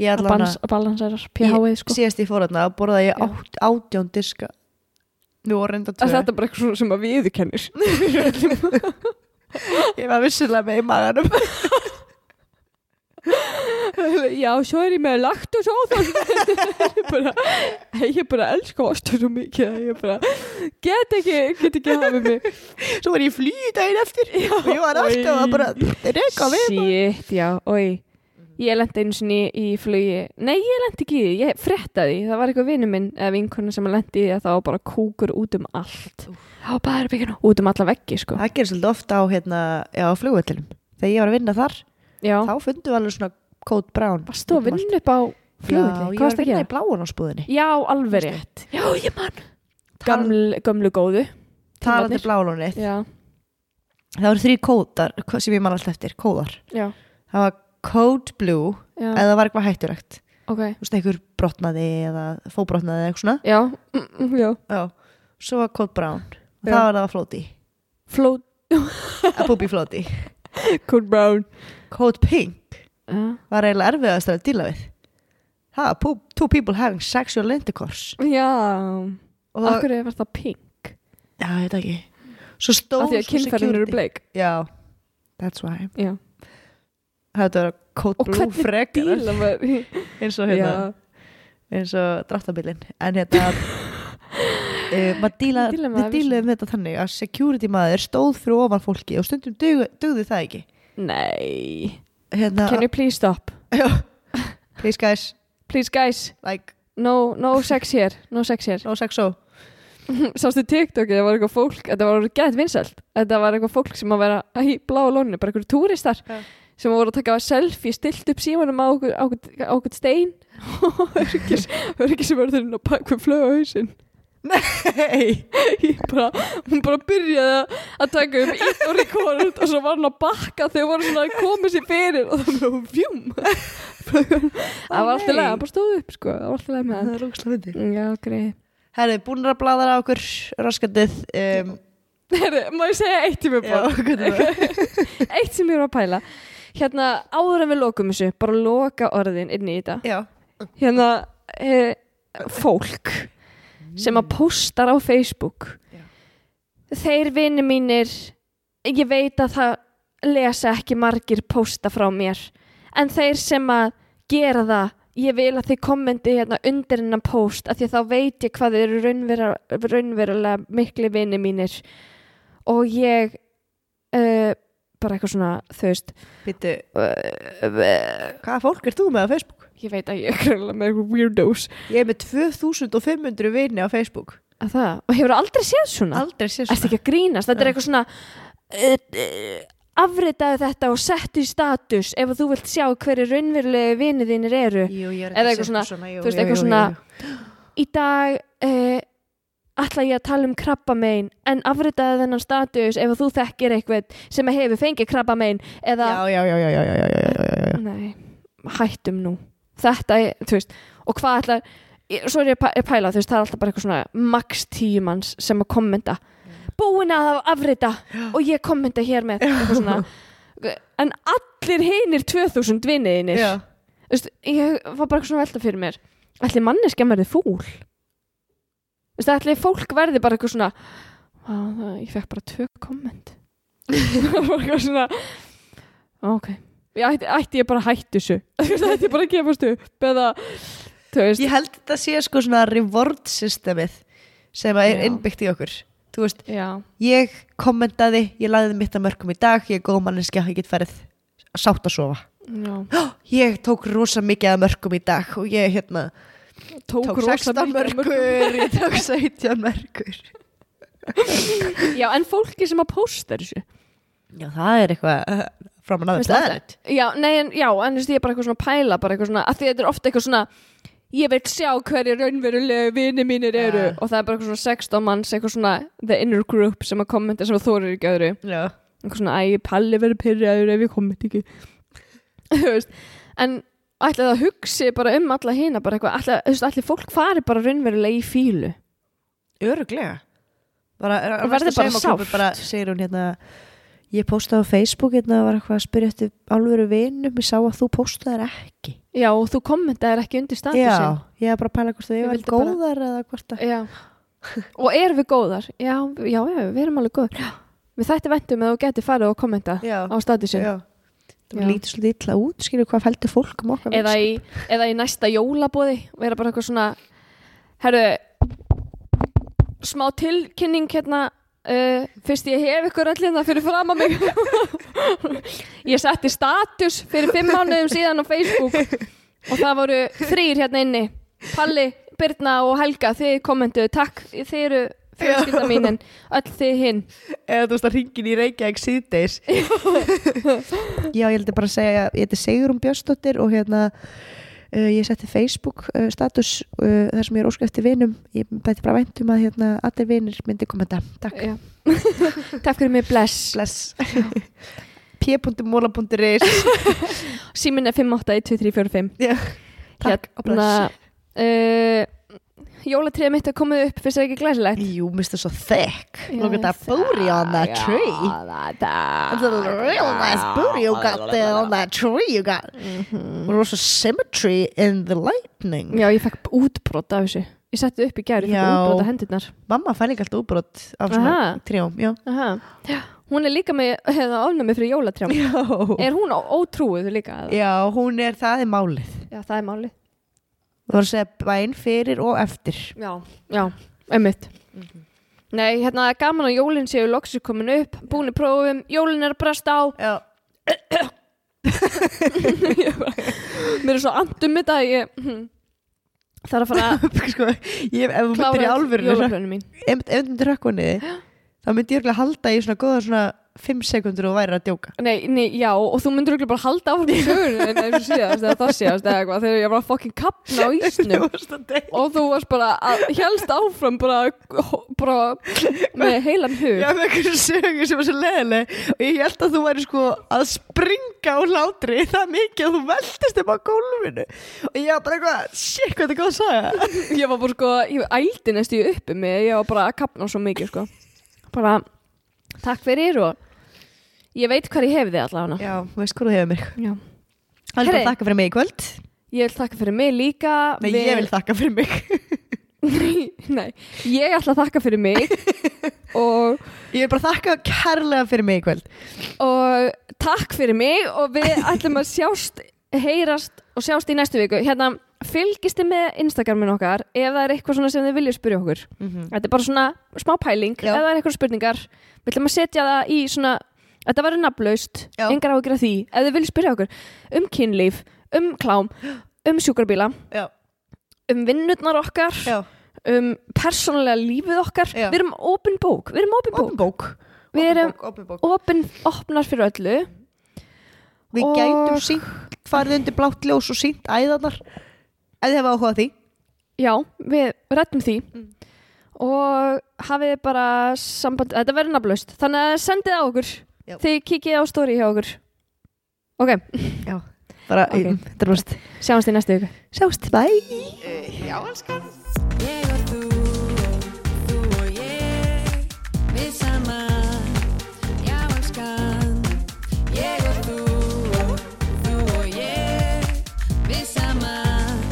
Ég
að
ætla hana
bans- að balanserar pH-ið sko
Síðast ég fór þarna borðaði ég
Já.
átt, átján diska Nú var reynda tvö
að þetta er bara eitthvað svona sem að við kennir
Ég var vissulega með í maganum
já, svo er ég með lagt og svo ég bara, ég bara elska ostu svo mikið að ég bara get ekki, get ekki að hafa mig
Svo var ég í flugi daginn eftir Og ég var alltaf að bara reyka við
shit, já, oi
Mhm.
ég lendi einu sinni í flugi nei, ég lendi ekki í því, ég frettaði það var eitthvað vinnu minn eða vinkona sem lendi í því að það var bara kúkur út um allt á baðarbygginu, út um alla veggi sko
Það gerir svolítið ofta á, hérna, já, á flugvöllunum Þegar ég var að vinna þar
já,
Þá fundum við alveg svona Code Brown
varstu að vinna upp á
Já, ég var
flugulli, hvað
að
varstu að
vinna
gera?
í bláun á spúðinni
Já, alveg rétt. Já, ég mann.
Tal-
Gaml, gömlu góðu.
Talandi blálunni
Tímarnir. Já,
Það voru þrý kóðar sem ég man alltaf eftir Kóðar
já,
Það var Code Blue
já.
eða það var eitthvað hættulegt
ok.
Þú veist, einhver brotnaði eða fóbrotnaði eða eitthvað svona
Já, mm, mm, já.
Já, svo var Code Brown og
Já.
það var það var flóti,
Float,
að búbi flóti
cold brown.
Code Pink
Já,
var eiginlega erfiðast að díla við það var poop, two people having sexual intercourse
já.
og
Af hverju var það pink?
já, ég veit ekki svo
Af
stóð
því að
svo
kynfærin eru
security.
bleik.
já, that's why
Já.
þetta var Code
Og
Blue
hvernig
frekar
Díla var,
eins og
já.
hérna eins og dráttabillin en hérna Uh, maður díla,
Díla maður
við
við
dílaðum þetta þannig að security maður stóð fyrir ofan fólki og stundum dug, dugði það ekki
Nei.
hérna,
Can you please stop?
Já. please guys
Please guys,
like
no, no sex here, no sex here.
no sexo
Sástu TikTokið, það var eitthvað fólk, þetta var gett vinsælt, þetta var eitthvað fólk sem að vera í bláa lónu, bara eitthvað túristar
Já.
sem voru að taka selfie, stilt upp símanum á okkur, á okkur, á okkur stein og örgis, örgis sem verður inn á bak við flögu á hausinn.
hey.
Ég bara, hún bara byrjaði að taka upp ít og rekord og svo var hann að bakka þegar voru svona að koma sér fyrir og það var fjum. það var alltaf
nei.
lega, hann bara stóð upp sko, það var alltaf lega með
það
hann.
er ógslag fyndi
Já, greið.
herri, búnir að bláðara okkur raskandið um,
Herri, má ég segja eitt í mig bara? eitt sem ég var að pæla hérna áður en við lokum þessu bara loka orðin inn í þetta
já,
hérna e, fólk sem að póstar á Facebook
Já.
þeir vinni mínir ég veit að það lesa ekki margir pósta frá mér en þeir sem að gera það ég vil að þið kommenti hérna undir hennan póst af því að þá veit ég hvað þið eru raunvera, raunverulega mikli vini mínir og ég uh, bara eitthvað svona þú veist
býttu,
uh,
hvaða fólk er þú með á Facebook?
ég veit að ég er greinlega með eitthvað weirdos
ég er með 2500 vini á Facebook
að það, og hefur aldrei séð svona
aldrei sé
ertu
svona
ekki að grínast, þetta er eitthvað svona uh, uh, afritaðu þetta og settu í status ef þú vilt sjá hverju raunverulegu vinið þínir eru
jú, ég er
Eða
að
eitthvað
segja
svona,
jú,
þú veist,
jú,
eitthvað
jú,
svona-
jú,
í dag uh, ætla ég að tala um krabbamein en afritaðu þennan status ef þú þekkir eitthvað sem hefur fengið krabbamein
jú.
eða
já, já, já, já, já, já, já, já, já, já.
Nei, hættum nú Þetta er, þú veist, og hvað ætlar ég- Svo er ég að pæ- að pæla, þú veist, það er alltaf bara eitthvað svona Max tíu manns sem að kommenta Búin að afrita Og ég kommenta hér með eitthvað svona, En allir hinir 2000 vinniðinir
já.
Þú veist, ég var bara eitthvað svona að velta fyrir mér Ætli manneskja verði fúl Þú veist, ætli fólk verði bara eitthvað svona "Vá, það- Ég fekk bara tvö komment og eitthvað svona ok, ég ætti, ætti ég bara að hætti þessu Þú veist, ætti ég bara að gefast upp eða, þú veist,
Ég held þetta sé sko svona reward systemið sem að er
Já.
innbyggt í okkur Þú veist,
já
ég kommentaði, ég lagði mitt að mörgum í dag, ég er góð manneski ég get færið sátt að sofa
Já.
Ég tók rosa mikið að mörgum í dag og ég hérna
Tók,
tók
rosa
16
mikið af
mörgur, ég tók 17 mörgur
Já, en fólki sem að pósta þessu
Já, það er eitthvað uh, framan aðeins
Veistu það? Já, nei, en, já, en þú veist, ég er bara eitthvað svona að pæla bara eitthvað svona, að því þetta er ofta eitthvað svona ég vil sjá hverju raunverulegu vini mínir eru
Ja.
og það er bara eitthvað svona 16 manns, eitthvað svona the inner group sem að kommenta sem að þórir ekki öðru
Já,
eitthvað svona, æ, Palli verður pyrraður ef ég komið ekki þú veist, en ætli það hugsi bara um alla hina, bara eitthvað ætli, þú veist, ætli fólk fari bara raunverulega í fílu
öruglega bara, er,
Það verður bara sárt.
bara, segir hún hérna ég postaði á Facebook hérna var eitthvað að spyrja eftir alvöru vinum ég sá að þú postaðir ekki
já, og þú kommentaðir ekki undir statusin
Já, ég er bara að pæla hvort þau
Ég
var
vildi bara-
góðar eða hvort að
já. og erum við góðar já, já, já, við erum alveg góðar já. við þætti vendum að þú geti farið og kommenta
Já.
á statusin
Já.
Já.
Það lítið svolítið illa út, skilur hvað heldur fólk um okkar
eða í, eða í næsta jólabóði og vera bara eitthvað svona herru smá tilkynning hérna uh, fyrst ég hef ykkur öll hérna fyrir fram að mig ég setti status fyrir fimm mánuðum síðan á Facebook og það voru þrýr hérna inni Palli, Birna og Helga þið kommentuðu, takk, þið eru fjölskylda mín en öll þið hinn
eða þú veist að ringin í Reykjavík síðdeis Já, ég heldur bara að segja ég heiti Sigurum Björnsdóttir og hérna uh, ég setti Facebook uh, status uh, þar sem ég er ósku eftir vinum ég bæti bara væntum að hérna allir vinir myndi kommenta, takk
Já. takk fyrir mig, bless
Bless p.móla.is
símin er 581235
Já, Hérna, Takk og bless.
Hérna, uh, Jólatriða mitt er komið upp finnst það ekki glæsilegt
Jú, Mr. So Thick Look at
Yes.
that booty on that tree
Ah, that-
That's a real nice booty you got there on that tree you got There was a symmetry in the lightning
Mhm. Já, ég fekk útbrot af þessu Ég setti upp í gæri, ég fekk
Já.
útbrot af hendurnar
Mamma fær líka alltaf útbrot af
Aha.
svona trjám, já.
Aha. Hún er líka með hefða ofnæmi fyrir jólatrjám
já.
Er hún ó- ótrúið líka? eða?
hún er, það er málið.
Já, það er málið
Það voru að segja bæn fyrir og eftir.
Já, já, einmitt Nei, hérna gaman að jólin séu loksir komin upp, búin í prófum, jólin er að bresta á
Já.
Ég bara- Mér er svo andum þetta að ég hm, þarf að fara að
sko, ég, ef þú myndir í
klára
álfurinu, hrökk-
jólaplönum mín
ef ef þú myndir rökkunni þið, þá myndi ég örugglega halda í svona góða svona 5 sekundur og væri að djóka.
Nei, nei, já, og þú myndir örugglega bara halda áfram í sögurinn en eins og síðast eða það síðast eða eitthvað þegar ég var að fucking kapna á ísnum
varst að deyja.
og þú varst bara að helst áfram bara, bara með heilan hug
Já, með einhverju sögu sem var svo leðileg og ég held að þú væri sko að springa á hlátri það mikið að þú veltist um á gólfinu og ég var bara eitthvað, shit, hvað þetta er góð að saga.
Ég var bara sko, ég ældi næstu í uppi mig ég var bara að kapna svo mikið sko bara, takk fyrir og ég veit hvað ég hef þið allavega
Já, þú veist hvað þú hefur mér.
Já.
Það er bara
Herri.
að þakka fyrir mig í kvöld
Ég vil þakka fyrir mig líka
Nei,
Við-
ég vil þakka fyrir mig
Nei, ég ætla að þakka fyrir mig og,
Ég vil bara þakka kærlega fyrir mig í kvöld
og takk fyrir mig og við ætlum að sjást, heyrast og sjást í næstu viku. Hérna, fylgist þið með Instagramin okkar ef það er eitthvað svona sem þið vilja spyrja okkur.
Mhm.
Þetta er bara svona smá pæling,
Já.
ef það er eitthvað spurningar, við ætlum að setja það í svona, þetta verður nafnlaust,
Já.
engar á að gera því, ef þið vilja spyrja okkur um kynlíf, um klám, um sjúkrabíla,
Já,
um vinnutnar okkar,
já,
um persónulega lífið okkar
Já.
við erum open bók, við erum open bók
opin bók
við erum
opin bók
open, opnar fyrir öllu
Við
og-
gætum sínt, farið undir blátt ljós og sínt æðarnar Ef þið hefa áhuga á því
já, við rættum því og hafið bara samband, þetta verður nafnlaust þannig að sendið á okkur
Já.
þið kikið á story hjá okkur ok,
Já, bara,
Ok.
okay. þetta er rost
sjáumst í næstu viku
Sjást, bye
Ég og þú og þú og ég Við saman, já elskan Ég og þú og þú og ég Við saman,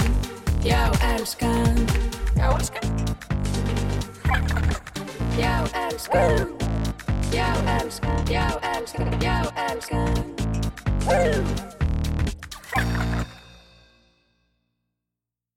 já elskan Já elskan Já elskan Já, elskan, já, elskan, já, elskan. Woo!